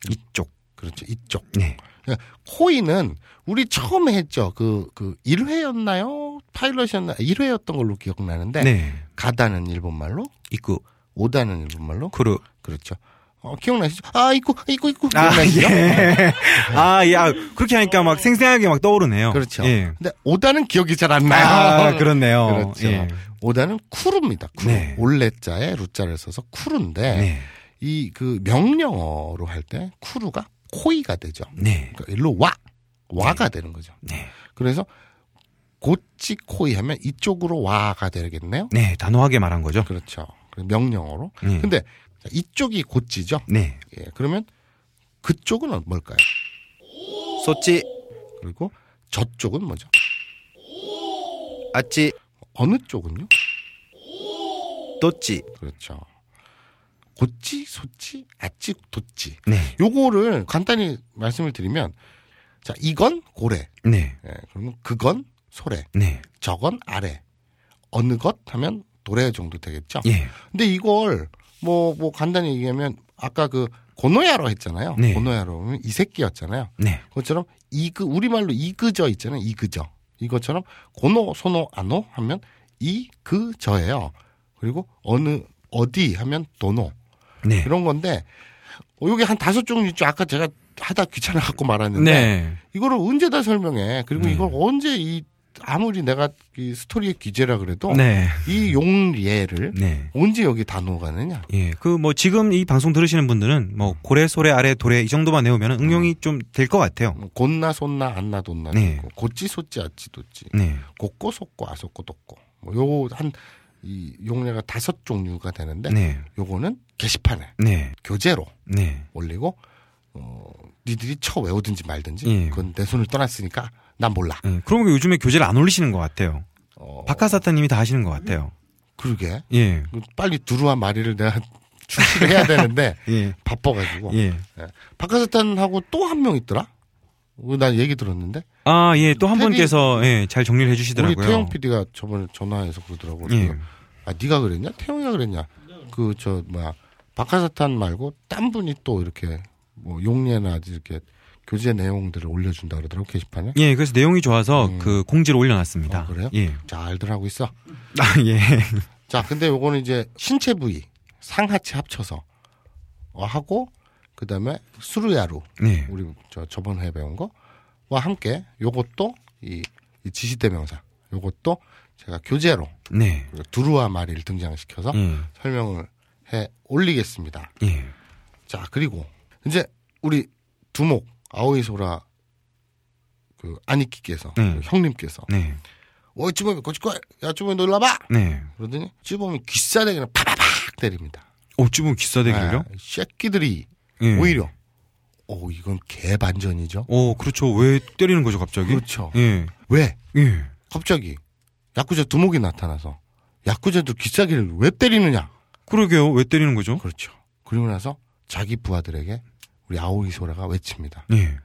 S2: 이쪽.
S1: 그렇죠. 이쪽.
S2: 네.
S1: 그러니까 코이는 우리 처음에 했죠. 그, 그, 1회였나요? 파일럿이었나요? 1회였던 걸로 기억나는데.
S2: 네.
S1: 가다는 일본말로.
S2: 있고.
S1: 오다는 일본말로.
S2: 그루.
S1: 그렇죠. 어, 기억나시죠? 아, 있고, 있고, 있고.
S2: 아,
S1: 기억나시죠? <laughs>
S2: 예. 아, 예. 아, 그렇게 하니까 막 생생하게 막 떠오르네요.
S1: 그렇죠.
S2: 예.
S1: 근데 오다는 기억이 잘 안 나요.
S2: 아, 그렇네요.
S1: 그렇죠.
S2: 예.
S1: 오다는 쿠루입니다. 쿠루.
S2: 네.
S1: 올레자에 루자를 써서 쿠루인데
S2: 네.
S1: 이 그 명령어로 할 때 쿠루가 코이가 되죠.
S2: 네.
S1: 그러니까 일로 와 와가 되는 거죠.
S2: 네.
S1: 그래서 고치 코이 하면 이쪽으로 와가 되겠네요.
S2: 네. 단호하게 말한 거죠.
S1: 그렇죠. 그래서 명령어로.
S2: 네.
S1: 근데 이쪽이 고치죠.
S2: 네.
S1: 예. 그러면 그쪽은 어, 뭘까요?
S9: 소치,
S1: 그리고 저쪽은 뭐죠?
S9: 아치,
S1: 어느 쪽은요?
S9: 도치.
S1: 그렇죠. 고치, 소치, 아치, 도치.
S2: 네.
S1: 요거를 간단히 말씀을 드리면 자 이건 고래
S2: 네.
S1: 예, 그러면 그건 소래
S2: 네.
S1: 저건 아래 어느 것 하면 도래 정도 되겠죠
S2: 예.
S1: 근데 이걸 뭐 뭐 간단히 얘기하면 아까 그 고노야로 했잖아요
S2: 네.
S1: 고노야로 하면 이 새끼였잖아요
S2: 네.
S1: 그것처럼 이그 우리말로 이그저 있잖아요 이그저 이것처럼 고노 소노 아노 하면 이그저예요 그리고 어느 어디 하면 도노
S2: 네.
S1: 이런 건데 어, 요게 한 다섯 종류 있죠. 아까 제가 하다 귀찮아 갖고 말았는데
S2: 네.
S1: 이거를 언제 다 설명해. 그리고
S2: 네.
S1: 이걸 언제 이 아무리 내가 이 스토리의 귀재라 그래도
S2: 네.
S1: 이 용례를
S2: 네.
S1: 언제 여기 다 녹아내냐.
S2: 예. 그 뭐 지금 이 방송 들으시는 분들은 뭐 고래, 소래, 아래, 도래 이 정도만 외우면 응용이 좀 될 것 같아요.
S1: 곤나 손나 안나 돈나
S2: 네.
S1: 있고 고찌 소찌 아찌 도찌
S2: 네.
S1: 고꼬 속꼬 아속꼬 독꼬 뭐요 한 이 용례가 다섯 종류가 되는데
S2: 네.
S1: 요거는 게시판에
S2: 네.
S1: 교재로
S2: 네.
S1: 올리고 어 니들이 쳐 외우든지 말든지
S2: 예.
S1: 그건 내 손을 떠났으니까 난 몰라.
S2: 예. 그러고 요즘에 교재를 안 올리시는 것 같아요.
S1: 어,
S2: 박하사타님이 다 하시는 것 같아요.
S1: 그러게
S2: 예.
S1: 빨리 두루한 마리를 내가 <laughs> 출시를 해야
S2: <laughs>
S1: 되는데
S2: 예.
S1: 바빠가지고
S2: 예.
S1: 박하사탄하고 또 한 명 있더라. 어, 난 얘기 들었는데
S2: 아, 예. 또 한
S1: 태비-
S2: 분께서 예, 잘 정리를 해주시더라고요.
S1: 우리 태영 PD가 저번에 전화해서 그러더라고.
S2: 예.
S1: 아 네가 그랬냐? 태영이가 그랬냐? 그 저 뭐야 박하사탄 말고 딴 분이 또 이렇게 뭐 용례나 이렇게 교재 내용들을 올려준다 그러더라고 게시판에.
S2: 예, 그래서 내용이 좋아서
S1: 음.
S2: 그 공지를 올려놨습니다.
S1: 아, 그래요?
S2: 예.
S1: 잘들 하고 있어.
S2: 아, 예. <laughs>
S1: 자, 근데 요거는 이제 신체 부위, 상하체 합쳐서 어, 하고 그다음에 수루야루
S2: 네.
S1: 우리 저 저번 회에 배운 거와 함께 요것도 이, 이 지시대명사 요것도 제가 교재로 그
S2: 네.
S1: 두루와 마리를 등장시켜서
S2: 예.
S1: 설명을 해 올리겠습니다.
S2: 예.
S1: 자, 그리고 이제 우리 두목 아오이소라 그 아니키께서
S2: 네.
S1: 그 형님께서
S2: 네.
S1: 어 쭈범이 거치꺼 야 쭈범이 놀라봐
S2: 네.
S1: 그러더니 쭈범이 귀싸대 그냥 파바박 때립니다.
S2: 어, 쭈은 기싸대기를요?
S1: 아, 새끼들이
S2: 예.
S1: 오히려 오 이건 개반전이죠.
S2: 어, 그렇죠. 왜 때리는 거죠, 갑자기?
S1: 그렇죠.
S2: 예.
S1: 왜
S2: 예.
S1: 갑자기 야쿠자 두목이 나타나서 야쿠자도 기싸기를 왜 때리느냐?
S2: 그러게요. 왜 때리는 거죠?
S1: 그렇죠. 그리고 나서 자기 부하들에게 우리 아오이 소라가 외칩니다.
S2: 예.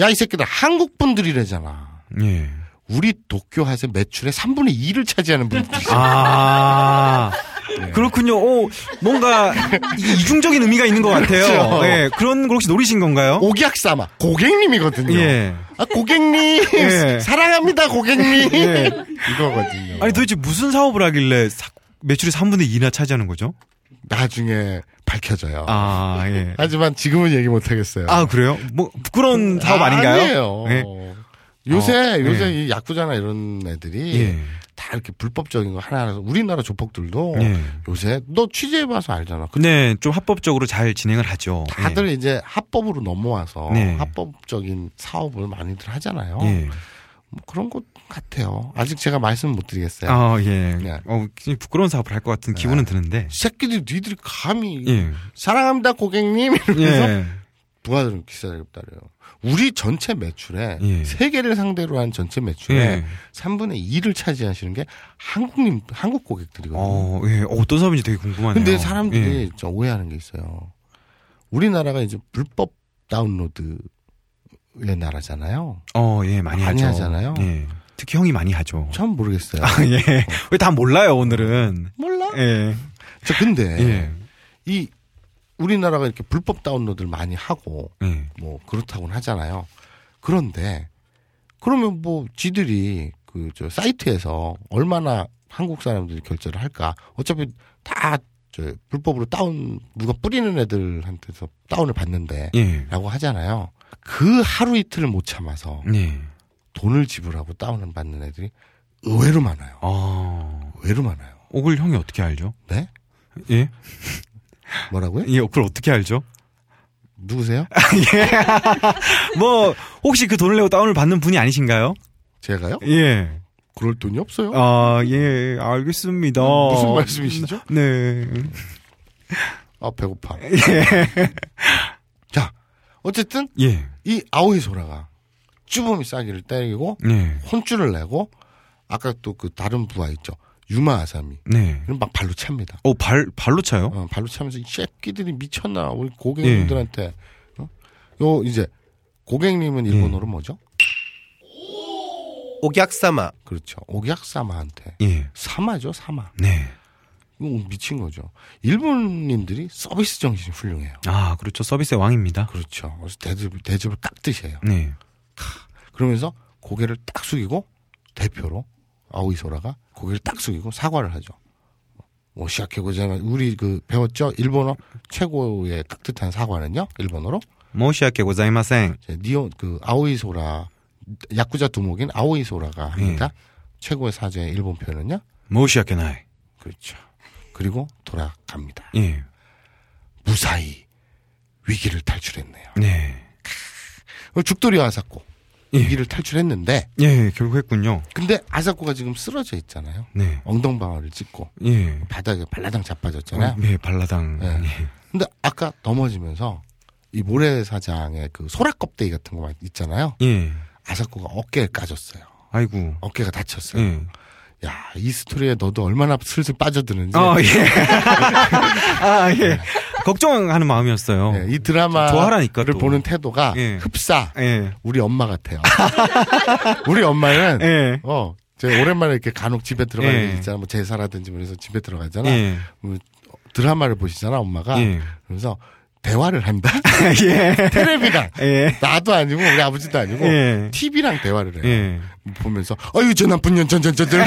S1: 야 이 새끼들 한국 분들이래잖아.
S2: 예.
S1: 우리 도쿄 하세 매출의 3분의 2를 차지하는 분들이
S2: 아.
S1: 네.
S2: 그렇군요. 오, 뭔가 이게 이중적인 의미가 있는 것 같아요.
S1: 그렇죠. 어,
S2: 예. 그런 걸 혹시 노리신 건가요?
S1: 오기약사마 고객님이거든요.
S2: 예.
S1: 아 고객님
S2: 예.
S1: 사랑합니다 고객님
S2: 예.
S1: 이거거든요.
S2: 아니 도대체 무슨 사업을 하길래 사- 매출의 3분의 2나 차지하는 거죠?
S1: 나중에 밝혀져요.
S2: 아, 예.
S1: 하지만 지금은 얘기 못 하겠어요.
S2: 아, 그래요? 뭐 부끄러운 사업 아닌가요?
S1: 그, 아니에요.
S2: 예.
S1: 요새
S2: 어,
S1: 요새
S2: 예.
S1: 이 야쿠자나 이런 애들이
S2: 예.
S1: 다 이렇게 불법적인 거 하나하나 우리나라 조폭들도
S2: 예.
S1: 요새 너 취재해 봐서 알잖아. 그
S2: 근데 좀 합법적으로 잘 진행을 하죠.
S1: 다들 이제 합법으로 넘어와서
S2: 예. 네.
S1: 합법적인 사업을 많이들 하잖아요.
S2: 예. 예.
S1: 뭐 그런 것 같아요. 아직 제가 말씀 못 드리겠어요.
S2: 아, 예.
S1: 네.
S2: 어, 굉장히 부끄러운 사업을 할 것 같은 기분은 드는데.
S1: 새끼들 니들이 감히
S2: 예.
S1: 사랑합니다 고객님 이러면서
S2: 예.
S1: 부가들은 기사를 따려요. 우리 전체 매출에 세계를 상대로 한 전체 매출에
S2: 예.
S1: 3분의 2를 차지하시는 게 한국님 한국 고객들이거든요.
S2: 어, 예. 어떤 사업인지 되게 궁금하네요.
S1: 근데 사람들이
S2: 예.
S1: 저 오해하는 게 있어요. 우리나라가 이제 불법 다운로드의 나라잖아요.
S2: 어, 예, 많이,
S1: 많이
S2: 하죠.
S1: 하잖아요.
S2: 예. 특히 형이 많이 하죠. <laughs>
S1: 참 모르겠어요.
S2: 아, 예. 왜 다 몰라요, 오늘은.
S1: 몰라?
S2: 예.
S1: 저 근데
S2: 예.
S1: 이 우리나라가 이렇게 불법 다운로드를 많이 하고
S2: 예.
S1: 뭐 그렇다고는 하잖아요. 그런데 그러면 뭐 지들이 그 저 사이트에서 얼마나 한국 사람들이 결제를 할까? 어차피 다 저 불법으로 다운 누가 뿌리는 애들한테서 다운을 받는데라고
S2: 예.
S1: 하잖아요. 그 하루 이틀을 못 참아서
S2: 예.
S1: 돈을 지불하고 다운을 받는 애들이 의외로 많아요.
S2: 아.
S1: 의외로 많아요.
S2: 옥을 형이 어떻게 알죠?
S1: 네?
S2: 예.
S1: 뭐라고요?
S2: 예, 그걸 어떻게 알죠?
S1: 누구세요?
S2: 예. 뭐, 혹시 그 돈을 내고 다운을 받는 분이 아니신가요?
S1: 제가요?
S2: 예.
S1: 그럴 돈이 없어요.
S2: 아, 예, 알겠습니다.
S1: 무슨 말씀이시죠?
S2: 네.
S1: 아 배고파.
S2: 예.
S1: 자 어쨌든
S2: 예.
S1: 이 아오이 소라가 쭈범이 싸기를 때리고
S2: 네.
S1: 혼쭐을 내고 아까 또 그 다른 부하 있죠 유마 아사미
S2: 네.
S1: 이런 막 발로 찹니다.
S2: 어, 발, 발로 차요?
S1: 어, 발로 차면서 이 새끼들이 미쳤나 우리 고객님들한테 어? 요 이제 고객님은 일본어로 뭐죠?
S9: 옥약사마.
S1: 그렇죠. 옥약사마한테
S2: 예.
S1: 사마죠 사마.
S2: 네.
S1: 이거 미친 거죠. 일본인들이 서비스 정신이 훌륭해요.
S2: 아, 그렇죠. 서비스의 왕입니다.
S1: 그렇죠. 그래서 대접, 대접을 깍듯이 해요.
S2: 네.
S1: 그러면서 고개를 딱 숙이고 대표로 아오이소라가 고개를 딱 숙이고 사과를 하죠. 뭐 시작해보자면 우리 그 배웠죠 일본어 최고의 깍듯한 사과는요 일본어로
S2: 모시아케 고자이마생.
S1: 이제 니오 그 아오이소라 야쿠자 두목인 아오이소라가 합니다. 최고의 사죄의 일본 표현은요
S2: 모시아케 나이.
S1: 그렇죠. 그리고 돌아갑니다.
S2: 예.
S1: 무사히 위기를 탈출했네요. 어,
S2: 네.
S1: 죽돌이 아사코
S2: 예.
S1: 위기를 탈출했는데
S2: 예, 결국 했군요.
S1: 근데 아사코가 지금 쓰러져 있잖아요.
S2: 네.
S1: 엉덩방아를 찢고
S2: 예.
S1: 바닥에 발라당 자빠졌잖아요.
S2: 네, 발라당.
S1: 네.
S2: 예.
S1: 근데 아까 넘어지면서 이 모래사장에 그 소라 껍데기 같은 거 있잖아요.
S2: 예.
S1: 아사코가 어깨에 까졌어요.
S2: 아이고.
S1: 어깨가 다쳤어요.
S2: 예.
S1: 야, 이 스토리에 너도 얼마나 슬슬 빠져드는지.
S2: 아, 예. <laughs> 아, 예. 걱정하는 마음이었어요.
S1: 네, 이 드라마를
S2: 좋아하라니까, 또.
S1: 보는 태도가
S2: 예.
S1: 흡사
S2: 예.
S1: 우리 엄마
S2: <laughs>
S1: 같아요. 우리 엄마는
S2: 예.
S1: 어, 제 오랜만에 이렇게 간혹 집에 들어가는
S2: 예.
S1: 일 있잖아. 뭐 제사라든지 그래서 집에 들어가잖아.
S2: 예.
S1: 뭐 드라마를 보시잖아, 엄마가.
S2: 예. <laughs>
S1: 그래서 대화를 한다. <laughs>
S2: 예.
S1: 테레비랑
S2: 예.
S1: 나도 아니고 우리 아버지도 아니고
S2: 예.
S1: TV랑 대화를 해요.
S2: 예.
S1: 보면서 어유 저 나쁜 년전전전전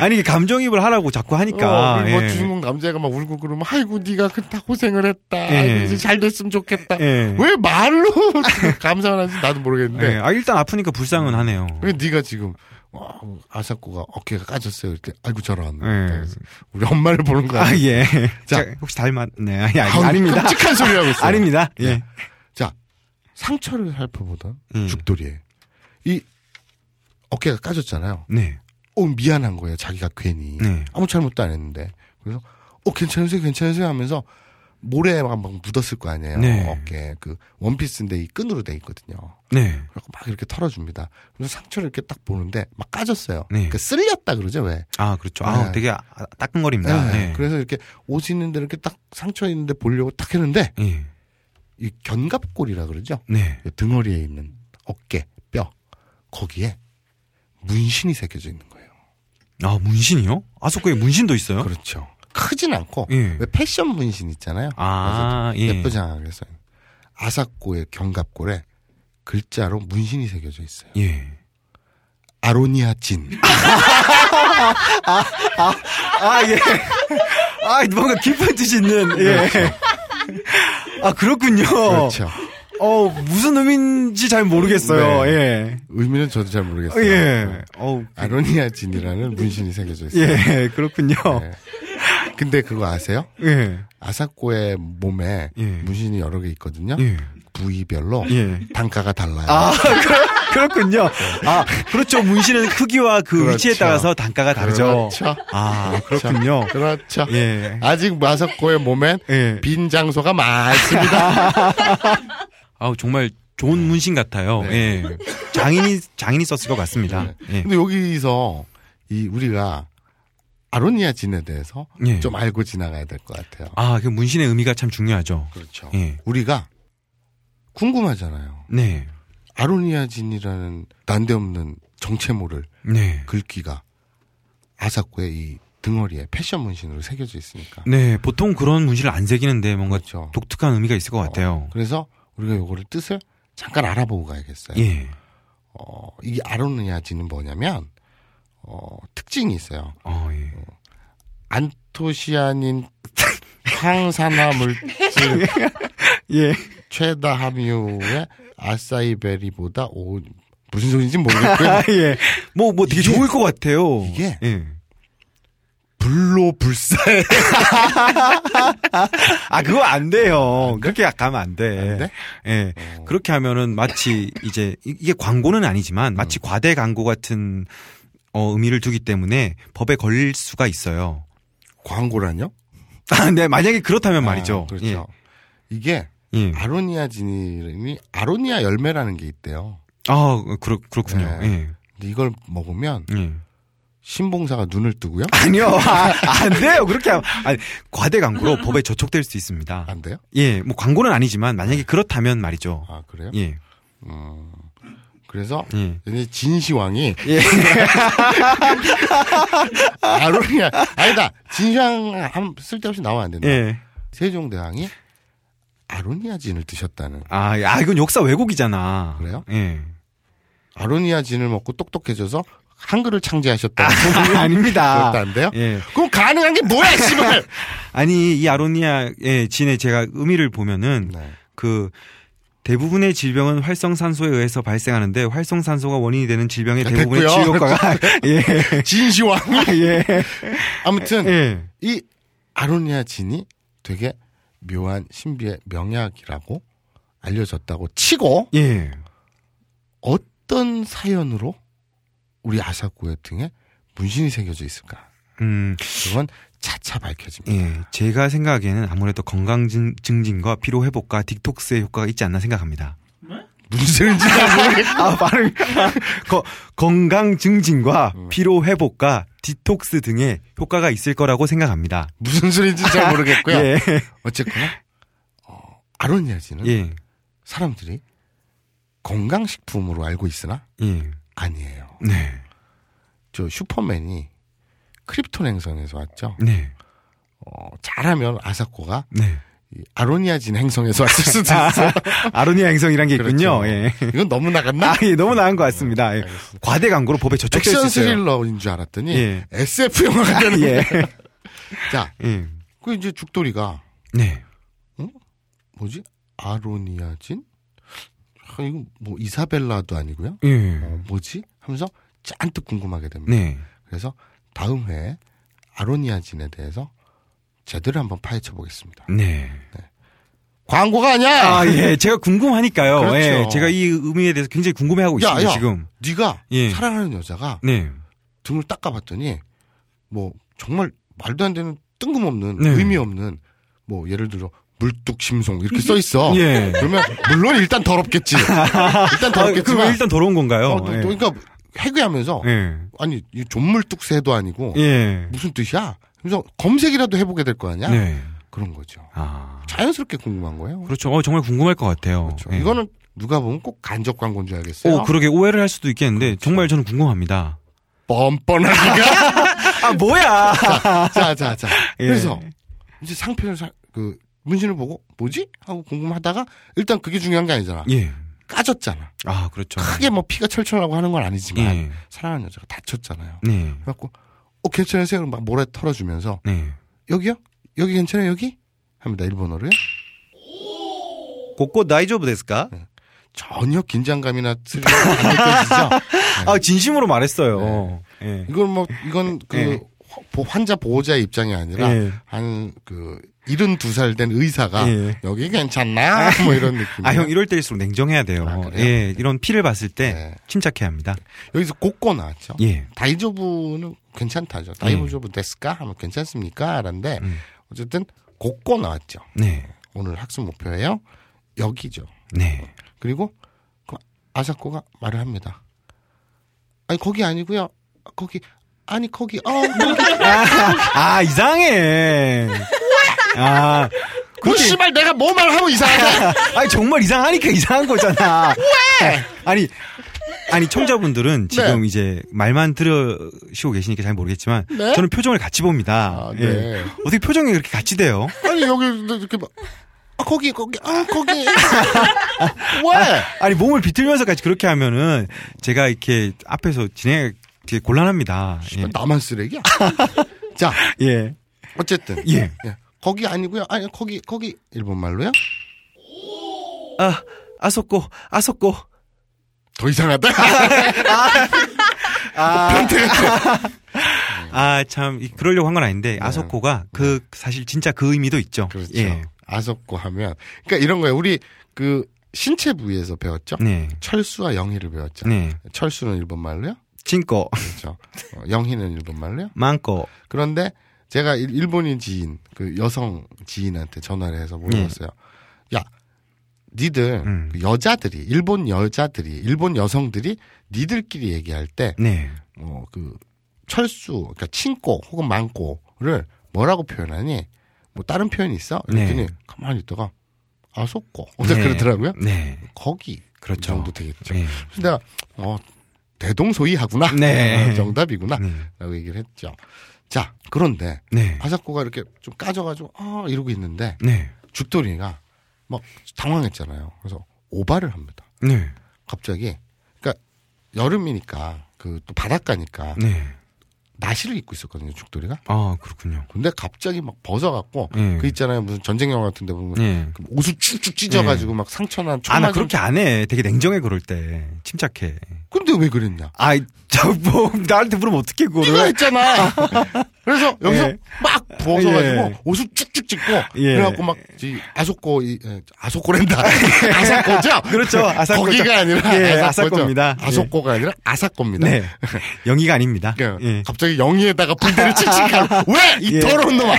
S2: 아니, 이게 감정입을 하라고 자꾸 하니까.
S9: 어,
S1: 뭐
S2: 예.
S1: 주인공 남자애가 막 울고 그러면 아이고 네가 그다 고생을 했다.
S2: 예.
S1: 아이고, 이제 잘 됐으면 좋겠다.
S2: 예.
S1: 왜 말로 <laughs> 감사하는지 나도
S2: 예.
S1: 모르겠는데.
S2: 아, 일단 아프니까 불쌍은 하네요.
S1: 왜 네가 지금 와, 아사코가 어깨가 까졌어요. 이렇게 아이고 저런.
S2: 예.
S1: 그래서 우리 엄마를 보는 거야.
S2: 아, 예.
S1: 자.
S2: <laughs> 자, 혹시 닮았, 네. 아니, 아니,
S1: 아우,
S2: 아닙니다.
S1: 끔찍한 소리 하고 있어요.
S2: 아닙니다. 예.
S1: 자 상처를 살펴보던
S2: 음.
S1: 죽돌이에 이 어깨가 까졌잖아요.
S2: 네.
S1: 어, 미안한 거예요. 자기가 괜히.
S2: 네.
S1: 아무 잘못도 안 했는데. 그래서, 어, 괜찮으세요? 괜찮으세요? 하면서 모래에 막, 막 묻었을 거 아니에요.
S2: 네.
S1: 어깨. 그, 원피스인데 이 끈으로 돼 있거든요.
S2: 네.
S1: 그래서 막 이렇게 털어줍니다. 그래서 상처를 이렇게 딱 보는데 막 까졌어요.
S2: 네.
S1: 그 쓸렸다 그러죠, 왜?
S2: 아, 그렇죠. 아,
S1: 네.
S2: 되게 아- 따끔거립니다.
S1: 네.
S2: 네.
S1: 그래서 이렇게 옷 있는 데 이렇게 딱 상처 있는 데 보려고 딱 했는데
S2: 예.
S1: 이 견갑골이라 그러죠.
S2: 네.
S1: 등허리에 있는 어깨, 뼈. 거기에 문신이 새겨져 있는 거예요.
S2: 아, 문신이요? 아소코에 문신도 있어요?
S1: 그렇죠. 크진 않고
S2: 예.
S1: 왜 패션 문신 있잖아요.
S2: 아,
S1: 그래서
S2: 예.
S1: 예쁘장하게 써 있는. 아사코의 견갑골에 글자로 문신이 새겨져 있어요.
S2: 예.
S1: 아로니아 진.
S2: 아, 예. <laughs> 아, 뭔가 깊은 뜻이 있는, 예. 아, 그렇군요.
S1: 그렇죠.
S2: 어, 무슨 의미인지 잘 모르겠어요.
S1: 네.
S2: 예.
S1: 의미는 저도 잘 모르겠어요. 네.
S2: 예. 어우.
S1: 아로니아 진이라는 문신이 새겨져 있어요.
S2: 예, 그렇군요.
S1: 네. 근데 그거 아세요?
S2: 예.
S1: 아사코의 몸에
S2: 예.
S1: 문신이 여러 개 있거든요.
S2: 예.
S1: 부위별로 단가가 달라요.
S2: 아, 그- 그렇군요. 아, 그렇죠. 문신은 크기와 그 위치에
S1: 그렇죠.
S2: 따라서 단가가 다르죠.
S1: 그렇죠.
S2: 아, 그렇군요.
S1: 그렇죠.
S2: 예.
S1: 아직 마석고의 몸엔 빈 장소가 많습니다.
S2: 아우, 정말 좋은 문신 같아요. 예. 장인이, 장인이 썼을 것 같습니다. 예.
S1: 근데 여기서 이 우리가 아로니아진에 대해서
S2: 예.
S1: 좀 알고 지나가야 될 것 같아요.
S2: 아, 그 문신의 의미가 참 중요하죠.
S1: 그렇죠.
S2: 예.
S1: 우리가 궁금하잖아요.
S2: 네.
S1: 아로니아진이라는 난데없는 정체모를
S2: 네.
S1: 글귀가 아사쿠의 이 등허리에 패션 문신으로 새겨져 있으니까.
S2: 네, 보통 그런 문신을 안 새기는데 뭔가 독특한 의미가 있을 것 같아요.
S1: 그래서 우리가 요거를 뜻을 잠깐 알아보고 가야겠어요.
S2: 예.
S1: 어, 이 아로니아진은 뭐냐면 어, 특징이 있어요.
S2: 예.
S1: 어,
S2: <laughs>
S1: 안토시아닌 항산화 물질
S2: 예.
S1: 최다 함유의 아사이베리보다 오 무슨 소리인지
S2: <laughs>
S1: 모르겠고요.
S2: 예. 뭐, 뭐 되게 좋을 것 같아요.
S1: 이게
S2: 예.
S1: 불로 불사해.
S2: 아, 그거 안 돼요. 그렇게 가면 안 돼. 예.
S1: 어.
S2: 그렇게 하면은 마치 이제 이- 이게 광고는 아니지만
S1: 음.
S2: 마치 과대 광고 같은 어, 의미를 두기 때문에 법에 걸릴 수가 있어요. <laughs>
S1: 광고라뇨?
S2: 아, 네. 만약에 그렇다면 말이죠. 예.
S1: 그렇죠. 이게 아로니아진이 아로니아 열매라는 게 있대요.
S2: 아, 그렇, 그렇군요.
S1: 네.
S2: 예.
S1: 근데 이걸 먹으면 신봉사가 눈을 뜨고요.
S2: <laughs> 아니요. 아, 안 돼요. 그렇게 하면. 아니, 과대 광고로 법에 저촉될 수 있습니다.
S1: 안 돼요?
S2: 예. 뭐 광고는 아니지만 만약에 그렇다면 말이죠.
S1: 아, 네. 그래요?
S2: 예.
S1: 그래서
S2: 예.
S1: 이제 진시황이
S2: <laughs>
S1: 아로니아 아니다 진시황 한- 쓸데없이 나와 안 된다.
S2: <laughs> 예.
S1: 세종대왕이 아로니아진을 드셨다는.
S2: 아, 야, 이건 역사 왜곡이잖아.
S1: 그래요?
S2: 예.
S1: 아로니아진을 먹고 똑똑해져서 한글을 창제하셨다.
S2: <laughs>
S1: <laughs>
S2: 아, 아닙니다.
S1: 그것도 안 돼요?
S2: 예.
S1: 그럼 가능한 게 뭐야,
S2: <laughs>
S1: 씨발!
S2: 아니 이 아로니아의 진의 제가 의미를 보면은
S1: 네.
S2: 그 대부분의 질병은 활성산소에 의해서 발생하는데 활성산소가 원인이 되는 질병의
S1: 아,
S2: 대부분의
S1: 됐고요.
S2: 치료과가 <laughs> 예.
S1: 진시황. <laughs>
S2: 예.
S1: 아무튼
S2: 예.
S1: 이 아로니아진이 되게 묘한 신비의 명약이라고 알려졌다고 치고
S2: 예.
S1: 어떤 사연으로 우리 아사쿠의 등에 문신이 새겨져 있을까?
S2: 음.
S1: 그건 차차 밝혀집니다.
S2: 예. 제가 생각하기에는 아무래도 건강 증- 증진과 피로 회복과 디톡스의 효과가 있지 않나 생각합니다.
S1: 무슨 소리인지 잘 모르겠-
S2: 아, 발음. 거- 건강 증진과
S1: 음.
S2: 피로 회복과 디톡스 등의 효과가 있을 거라고 생각합니다.
S1: 무슨 소리인지 잘 모르겠고요.
S2: <laughs> 예.
S1: 어쨌거나 어, 아로니아진은
S2: 예.
S1: 사람들이 건강식품으로 알고 있으나
S2: 예.
S1: 아니에요.
S2: 네.
S1: 저 슈퍼맨이 크립톤 행성에서 왔죠.
S2: 네.
S1: 어, 잘하면 아사코가
S2: 네.
S1: 이 아로니아진 행성에서 왔을
S2: <laughs>
S1: 수도 있어요.
S2: 아로니아 행성이란 게 있군요.
S1: 그렇죠.
S2: 예.
S1: 이건 너무 나갔나?
S2: 아, 예, 너무 나은 것 같습니다. 예. 과대 광고로 법에 저촉될 수
S1: 액션
S2: 있어요.
S1: 스릴러인 줄 알았더니 네.
S2: 예.
S1: SF 영화가 되는
S2: 예.
S1: 거예요. 자,
S2: 예.
S1: 그 이제 죽돌이가
S2: 네.
S1: 뭐지? 아로니아진? 아, 이거 뭐 이사벨라도 아니고요.
S2: 예.
S1: 어, 뭐지? 하면서 잔뜩 궁금하게 됩니다.
S2: 네.
S1: 그래서 다음 회에 아로니아진에 대해서 제대로 한번 파헤쳐 보겠습니다.
S2: 네.
S1: 광고가 아니야.
S2: 아, 예. 제가 궁금하니까요.
S1: 그렇죠.
S2: 예. 제가 이 의미에 대해서 굉장히 궁금해하고
S1: 야,
S2: 있습니다,
S1: 야,
S2: 지금.
S1: 네가
S2: 예.
S1: 사랑하는 여자가
S2: 네.
S1: 등을 닦아봤더니 뭐 정말 말도 안 되는 뜬금없는
S2: 네.
S1: 의미 없는 뭐 예를 들어 물뚝심송 이렇게 써 있어.
S2: <laughs> 예.
S1: 그러면 물론 일단 더럽겠지. 일단
S2: 아, 그
S1: 더럽겠지만.
S2: 왜 일단 더러운 건가요?
S1: 어, 또- 또 그러니까 해괴하면서
S2: 예. 예.
S1: 아니 이 존물뚝새도 아니고
S2: 예.
S1: 무슨 뜻이야? 그래서 검색이라도 해보게 될 거 아니야?
S2: 네.
S1: 그런 거죠.
S2: 아.
S1: 자연스럽게 궁금한 거예요.
S2: 그렇죠. 어, 정말 궁금할 것 같아요. 예.
S1: 그렇죠. 이거는 누가 보면 꼭 간접 광고인 줄 알겠어요.
S2: 오, 그러게 오해를 할 수도 있겠는데
S1: 그렇죠.
S2: 정말 저는 궁금합니다.
S1: 뻔뻔하기가.
S2: 아, 뭐야.
S1: 자, 자, 자.
S2: <laughs> 예.
S1: 그래서 이제 상표를 사, 그 문신을 보고 뭐지? 하고 궁금하다가 일단 그게 중요한 게 아니잖아.
S2: 예.
S1: 까졌잖아.
S2: 아, 그렇죠.
S1: 크게 뭐 피가 철철하고 하는 건 아니지만
S2: 예.
S1: 사랑하는 여자가 다쳤잖아요.
S2: 네.
S1: 그래갖고 어 괜찮으세요? 그럼 막 모래 털어주면서
S2: 네.
S1: 여기요? 여기 괜찮아요? 여기? 합니다. 일본어로요.
S9: 고고 나이조브 데스까?
S1: 전혀 긴장감이나 스릴러
S2: <laughs>
S1: 안 느껴지죠.
S2: 네. 아 진심으로 말했어요. 예.
S1: 이건 뭐 이건 그
S2: 네.
S1: 보- 환자 보호자의 입장이 아니라
S2: 예.
S1: 한그 72살 된 의사가
S2: 예.
S1: 여기 괜찮나 뭐 이런 느낌.
S2: 아, 형 이럴 때일수록 냉정해야 돼요. 네. 예, 이런 피를 봤을 때 침착해야 합니다.
S1: 여기서 곱고 나왔죠.
S2: 예.
S1: 다이조부는 괜찮다죠. 다이조부 데스까 하면 괜찮습니까? 라는데 어쨌든 곱고 나왔죠.
S2: 네.
S1: 오늘 학습 목표예요. 여기죠.
S2: 네.
S1: 그리고 그 아사코가 말을 합니다. 아니 거기 아니고요. 거기 아니 거기 어 거기
S2: <laughs> 아, 이상해. 아. <laughs>
S1: 그 씨발 내가 뭐 말하면 이상하다.
S2: 아니 정말 이상하니까 이상한 거잖아. 왜? <laughs> 네. 아니 아니 청자분들은 지금 이제 말만 들으시고 계시니까 잘 모르겠지만
S1: 네?
S2: 저는 표정을 같이 봅니다.
S1: 네.
S2: 예. 어떻게 표정이 그렇게 같이 돼요?
S1: <laughs> 아니 여기 이렇게 막 아, 거기 거기 아 <laughs> 거기 왜?
S2: 아니 몸을 비틀면서까지 그렇게 하면은 제가 이렇게 앞에서 진행 되게 곤란합니다. 예.
S1: 뭐 나만 쓰레기야? 자,
S2: 예.
S1: 어쨌든
S2: 예.
S1: 거기 아니고요. 아니 거기 거기 일본 말로요?
S2: 아 아소코 아소코
S1: 더 이상하다.
S2: 아 참 그러려고 한 건 아닌데 아소코가 그 사실 진짜 그 의미도 있죠.
S1: <laughs> 네. 그렇죠.
S2: 예.
S1: 아섭고 하면 그러니까 이런 거예요. 우리 그 신체 부위에서 배웠죠.
S2: 네.
S1: 철수와 영희를 배웠죠.
S2: 네.
S1: 철수는 일본 말로요.
S2: 친코
S1: 그렇죠. 어, 영희는 일본 말로요.
S2: 많고
S1: 그런데 제가 일- 일본인 지인 그 여성 지인한테 전화를 해서 물어봤어요. 야, 니들 그 여자들이 일본 여자들이 일본 여성들이 니들끼리 얘기할 때
S2: 네.
S1: 어, 그 철수 그러니까 친꼬 혹은 망꼬를 뭐라고 표현하니? 뭐 다른 표현이 있어? 이랬더니
S2: 네.
S1: 가만히 있다가 아속꼬 어제
S2: 네.
S1: 그러더라고요. <laughs>
S2: 네.
S1: 거기
S2: 그렇죠.
S1: 정도 되겠죠.
S2: 네.
S1: 그래서 내가 어 대동소이하구나.
S2: 네.
S1: 어, 정답이구나라고 얘기를 했죠. 자 그런데
S2: 네.
S1: 아사코가 이렇게 좀 까져가지고 아 이러고 있는데
S2: 네.
S1: 죽돌이가 막 당황했잖아요. 그래서 오바를 합니다.
S2: 네.
S1: 갑자기 그러니까 여름이니까 그 또 바닷가니까
S2: 네.
S1: 나시를 입고 있었거든요. 죽돌이가.
S2: 아 그렇군요.
S1: 근데 갑자기 막 벗어갖고
S2: 예.
S1: 그 있잖아요 무슨 전쟁 영화 같은데 보면
S2: 예.
S1: 그 옷을 쭉쭉 찢어가지고 막 상처난
S2: 아 나
S1: 총만
S2: 그렇게 안 해. 되게 냉정해 그럴 때 침착해.
S1: 근데 왜 그랬냐?
S2: 아, 아저뭐 나한테 물으면 어떻게 그걸?
S1: 네가
S2: <laughs>
S1: 했잖아. 그래서 여기서
S2: 예.
S1: 막 벗어가지고
S2: 예.
S1: 옷을 쭉쭉 찢고
S2: 예.
S1: 그래갖고 막 이 아소코 이- 에,
S2: <laughs>
S1: 아소코랜다 아사코죠.
S2: 예. 그렇죠. 아사코죠.
S1: 거기가 아니라
S2: 예,
S1: 아사코죠.
S2: 아사코입니다. 예.
S1: 아소코가 아니라 아사코입니다.
S2: 네. 영희가 아닙니다.
S1: <laughs> 그러니까
S2: 예.
S1: 갑자기 영희에다가
S2: <laughs>
S1: 불대를 칭칭 감아. 왜이
S2: 예.
S1: 더러운 놈아.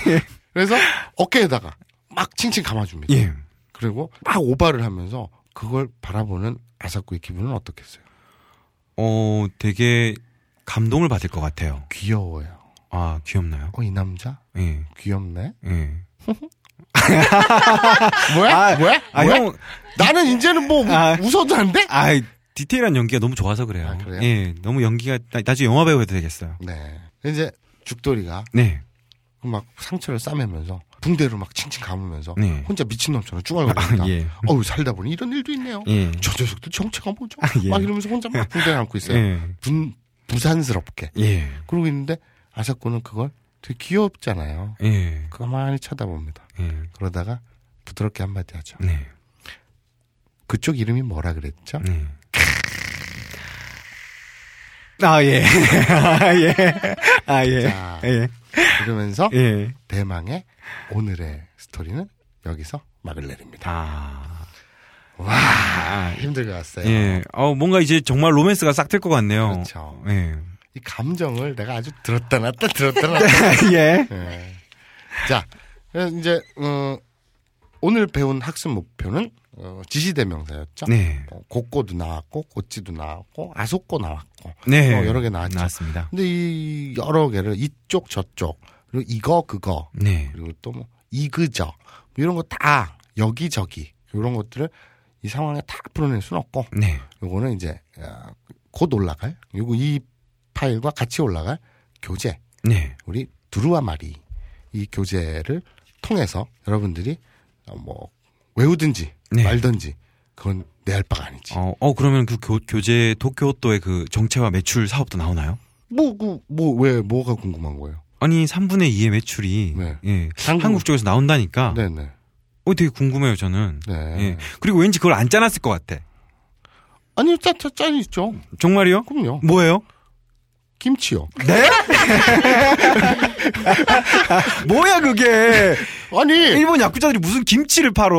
S1: 그래서 어깨에다가 막 칭칭 감아줍니다.
S2: 예.
S1: 그리고 막 오바를 하면서 그걸 바라보는 아사코의 기분은 어떻겠어요?
S2: 어 되게 감동을 받을 것 같아요.
S1: 귀여워요.
S2: 아 귀엽나요?
S1: 어 이 남자
S2: 예.
S1: 귀엽네.
S2: 예.
S1: 뭐야?
S2: 아,
S1: 뭐야?
S2: 아,
S1: 뭐야?
S2: 형,
S1: 나는 이제는 뭐
S2: 아.
S1: 웃어도 안 돼?
S2: 아, 디테일한 연기가 너무 좋아서 그래요.
S1: 아, 그래요?
S2: 예, 너무 연기가, 나, 나중에 영화배우 해도 되겠어요.
S1: 네. 이제 죽돌이가
S2: 네.
S1: 막 상처를 싸매면서 붕대로 막 칭칭 감으면서
S2: 네.
S1: 혼자 미친놈처럼 쭈알거립니다.
S2: 아, 예.
S1: 어, 어우 어, 살다 보니 이런 일도 있네요.
S2: 예.
S1: 저 녀석들 정체가 뭐죠?
S2: 예.
S1: 막 이러면서 혼자 막 붕대를 안고 있어요.
S2: 예.
S1: 분, 부산스럽게.
S2: 예.
S1: 그러고 있는데 아사코는 그걸 되게 귀엽잖아요.
S2: 예.
S1: 가만히 쳐다봅니다.
S2: 예.
S1: 그러다가 부드럽게 한마디 하죠.
S2: 네.
S1: 그쪽 이름이 뭐라 그랬죠?
S2: 네. 아, 예. <laughs> 아, 예. 아, 예.
S1: 자.
S2: 예.
S1: 그러면서
S2: 예.
S1: 대망의 오늘의 스토리는 여기서 막을 내립니다.
S2: 아.
S1: 와 힘들게 왔어요.
S2: 예. 어, 뭔가 이제 정말 로맨스가 싹 될 것 같네요.
S1: 그렇죠.
S2: 예.
S1: 이 감정을 내가 아주 들었다 놨다 들었다 놨다. <laughs>
S2: 예.
S1: 예. 자 그래서 이제 어, 오늘 배운 학습 목표는 어, 지시대명사였죠.
S2: 네.
S1: 어, 고꼬도 나왔고 고찌도 나왔고 아속고 나왔고
S2: 네.
S1: 어, 여러 개 나왔죠.
S2: 나왔습니다.
S1: 근데 이 여러 개를 이쪽 저쪽 그리고 이거 그거
S2: 네.
S1: 그리고 또 뭐 이그저 뭐 이런 거 다 여기저기 이런 것들을 이 상황에 다 풀어낼 수는 없고
S2: 네.
S1: 요거는 이제 어, 곧 올라갈 요거 이 파일과 같이 올라갈 교재
S2: 네.
S1: 우리 두루와 마리 이 교재를 통해서 여러분들이 어, 뭐 외우든지
S2: 네.
S1: 말든지 그건 내 할 바가 아니지
S2: 어, 어, 그러면 그 교, 교재, 도쿄도의 그 정체와 매출 사업도 나오나요?
S1: 뭐 그 뭐 왜 뭐가 궁금한 거예요
S2: 아니, 3분의 2의 매출이.
S1: 네.
S2: 예.
S1: 한국-
S2: 한국 쪽에서 나온다니까.
S1: 네네
S2: 어, 되게 궁금해요, 저는.
S1: 네
S2: 예. 그리고 왠지 그걸 안 짜놨을 것 같아.
S1: 아니요 짜짜짠 있죠
S2: 정말이요?
S1: 그럼요
S2: 뭐예요?
S1: 김치요
S2: 네? 뭐야 그게?
S1: 아니
S2: <laughs> 일본 야쿠자들이 무슨 김치를 팔어?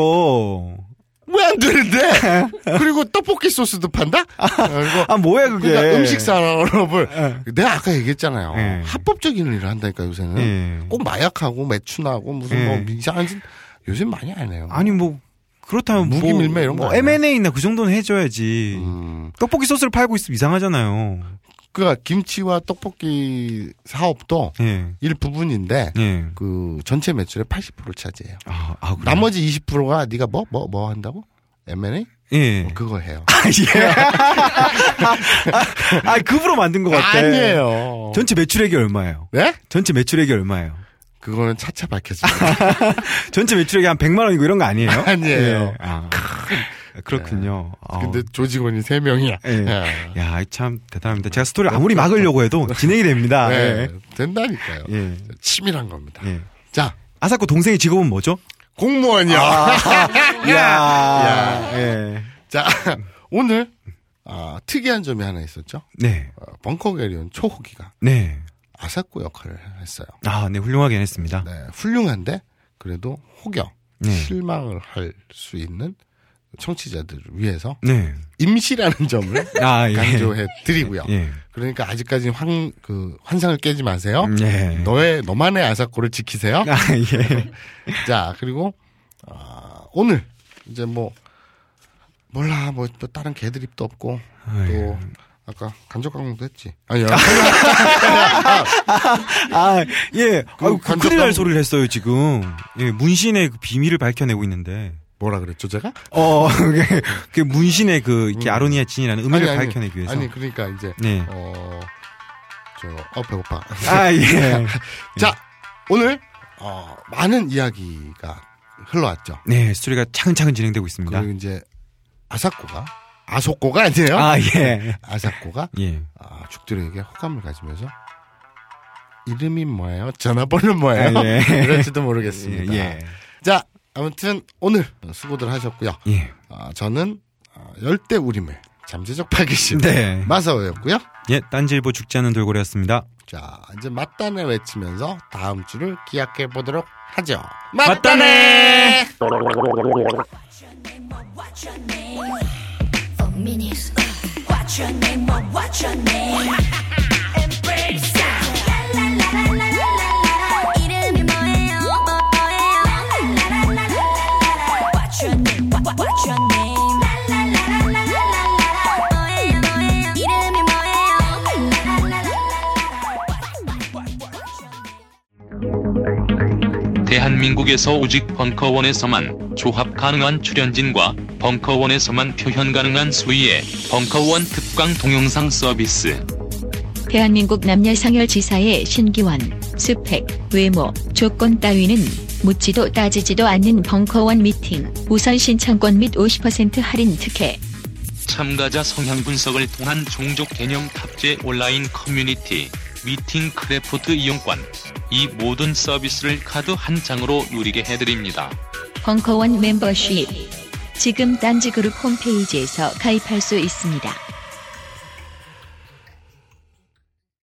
S1: 왜 안
S2: <laughs>
S1: 되는데? 그리고 떡볶이 소스도 판다? 어,
S2: 아 뭐야 그게?
S1: 그러니까 음식 산업을 내가 아까 얘기했잖아요. 합법적인 일을 한다니까 요새는
S2: 예.
S1: 꼭 마약하고 매춘하고 무슨 뭐
S2: 예.
S1: 이상한 짓 요새 많이 안 해요.
S2: 아니 뭐 그렇다면 뭐-
S1: 무기밀매 이런
S2: 뭐
S1: 거 아니야? 음.
S2: M&A나 그 정도는 해줘야지. 떡볶이 소스를 팔고 있으면 이상하잖아요.
S1: 그러니까 김치와 떡볶이 사업도
S2: 예.
S1: 일부분인데
S2: 음.
S1: 그 전체 매출의 80%를 차지해요.
S2: 아,
S1: 나머지 20%가 네가 뭐 뭐 뭐 한다고? M&A?
S2: 예.
S1: 뭐 그거 해요.
S2: 아, 급으로 만든 것 같아.
S1: 아니에요.
S2: 전체 매출액이 얼마예요?
S1: 네?
S2: 전체 매출액이 얼마예요?
S1: 그거는 차차 밝혀집니다.
S2: 전체 매출액이 한 100만 원이고 이런 거 <laughs> 아니에요?
S1: <laughs> 아니에요. 네.
S2: 예. 아, 그렇군요. 아.
S1: 근데 조직원이 3명이야.
S2: 예. 야, 참 대단합니다. 제가 스토리를 아무리 막으려고 해도 진행이 됩니다.
S1: 네,
S2: 예.
S1: 된다니까요.
S2: 예.
S1: 치밀한 겁니다.
S2: 예.
S1: 자.
S2: 아사코 동생의 직업은 뭐죠?
S1: 공무원이요.
S2: 아, 야.
S1: 야.
S2: 예.
S1: <laughs> 자, 오늘 아, 특이한 점이 하나 있었죠.
S2: 네.
S1: 어, 벙커게리온 초호기가
S2: 네.
S1: 아사코 역할을 했어요.
S2: 아, 네, 훌륭하게 했습니다.
S1: 네, 훌륭한데 그래도 혹여
S2: 네.
S1: 실망을 할 수 있는 청취자들을 위해서
S2: 네.
S1: 임시라는 점을
S2: <laughs> 아, 예.
S1: 강조해 드리고요.
S2: 예.
S1: 그러니까 아직까지 환, 그, 환상을 깨지 마세요.
S2: 네.
S1: 어? 너의, 너만의 아사코를 지키세요.
S2: 아, 예.
S1: 자, 그리고, 아, 오늘, 이제 뭐, 몰라, 뭐, 또 다른 개드립도 없고, 또, 아까 간접강도 했지. 아니야. <laughs>
S2: 아, 예.
S1: 그
S2: 아유, 그
S1: 관적
S2: 큰일
S1: 당-
S2: 날 소리를 했어요, 지금. 예, 문신의 그 비밀을 밝혀내고 있는데.
S1: 뭐라 그랬죠, 제가?
S2: 어, <laughs> 그게- 그 문신의 그, 이렇게 아로니아 진이라는 음악을
S1: 음. 아니, 아니.
S2: 밝혀내기 위해서.
S1: 아니, 그러니까 이제,
S2: 네.
S1: 어, 저, 어, 배고파. <laughs>
S2: 아, 예.
S1: 자, 오늘, 어, 많은 이야기가 흘러왔죠.
S2: 네, 스토리가 차근차근 진행되고 있습니다.
S1: 그리고 이제, 아사코가, 아소코가 아니에요?
S2: 아, 예.
S1: 아사코가
S2: 예.
S1: 아, 죽들에게 호감을 가지면서 이름이 뭐예요? 전화번호 뭐예요?
S2: 아, 예.
S1: <laughs> 그럴지도
S2: 예.
S1: 모르겠습니다.
S2: 예.
S1: 자, 아무튼 오늘 수고들 하셨고요.
S2: 예.
S1: 아, 저는 아, 열대 우림의 잠재적 파괴심
S2: 네.
S1: 마사오였고요.
S2: 예, 딴지일보 죽지 않는 돌고래였습니다.
S1: 자, 이제 맞다네 외치면서 다음 주를 기약해 보도록 하죠.
S2: 맞다네!
S7: 이름이 뭐예요? 뭐예요? 라라라라라라. What's your name? What- what- What's your name? 라라라라라라라라. 뭐예요? 뭐예요? 이름이 뭐예요? 라라라라라라라.
S12: 대한민국에서 오직 벙커원에서만 조합 가능한 출연진과 벙커원에서만 표현 가능한 수위의 벙커원 특강 동영상 서비스.
S13: 대한민국 남녀상열지사의 신기원, 스펙, 외모, 조건 따위는 묻지도 따지지도 않는 벙커원 미팅, 우선 신청권 및 50% 할인 특혜,
S12: 참가자 성향 분석을 통한 종족 개념 탑재 온라인 커뮤니티 미팅 크래프트 이용권. 이 모든 서비스를 카드 한 장으로 누리게 해드립니다.
S13: 벙커원 멤버십. 지금 딴지그룹 홈페이지에서 가입할 수 있습니다.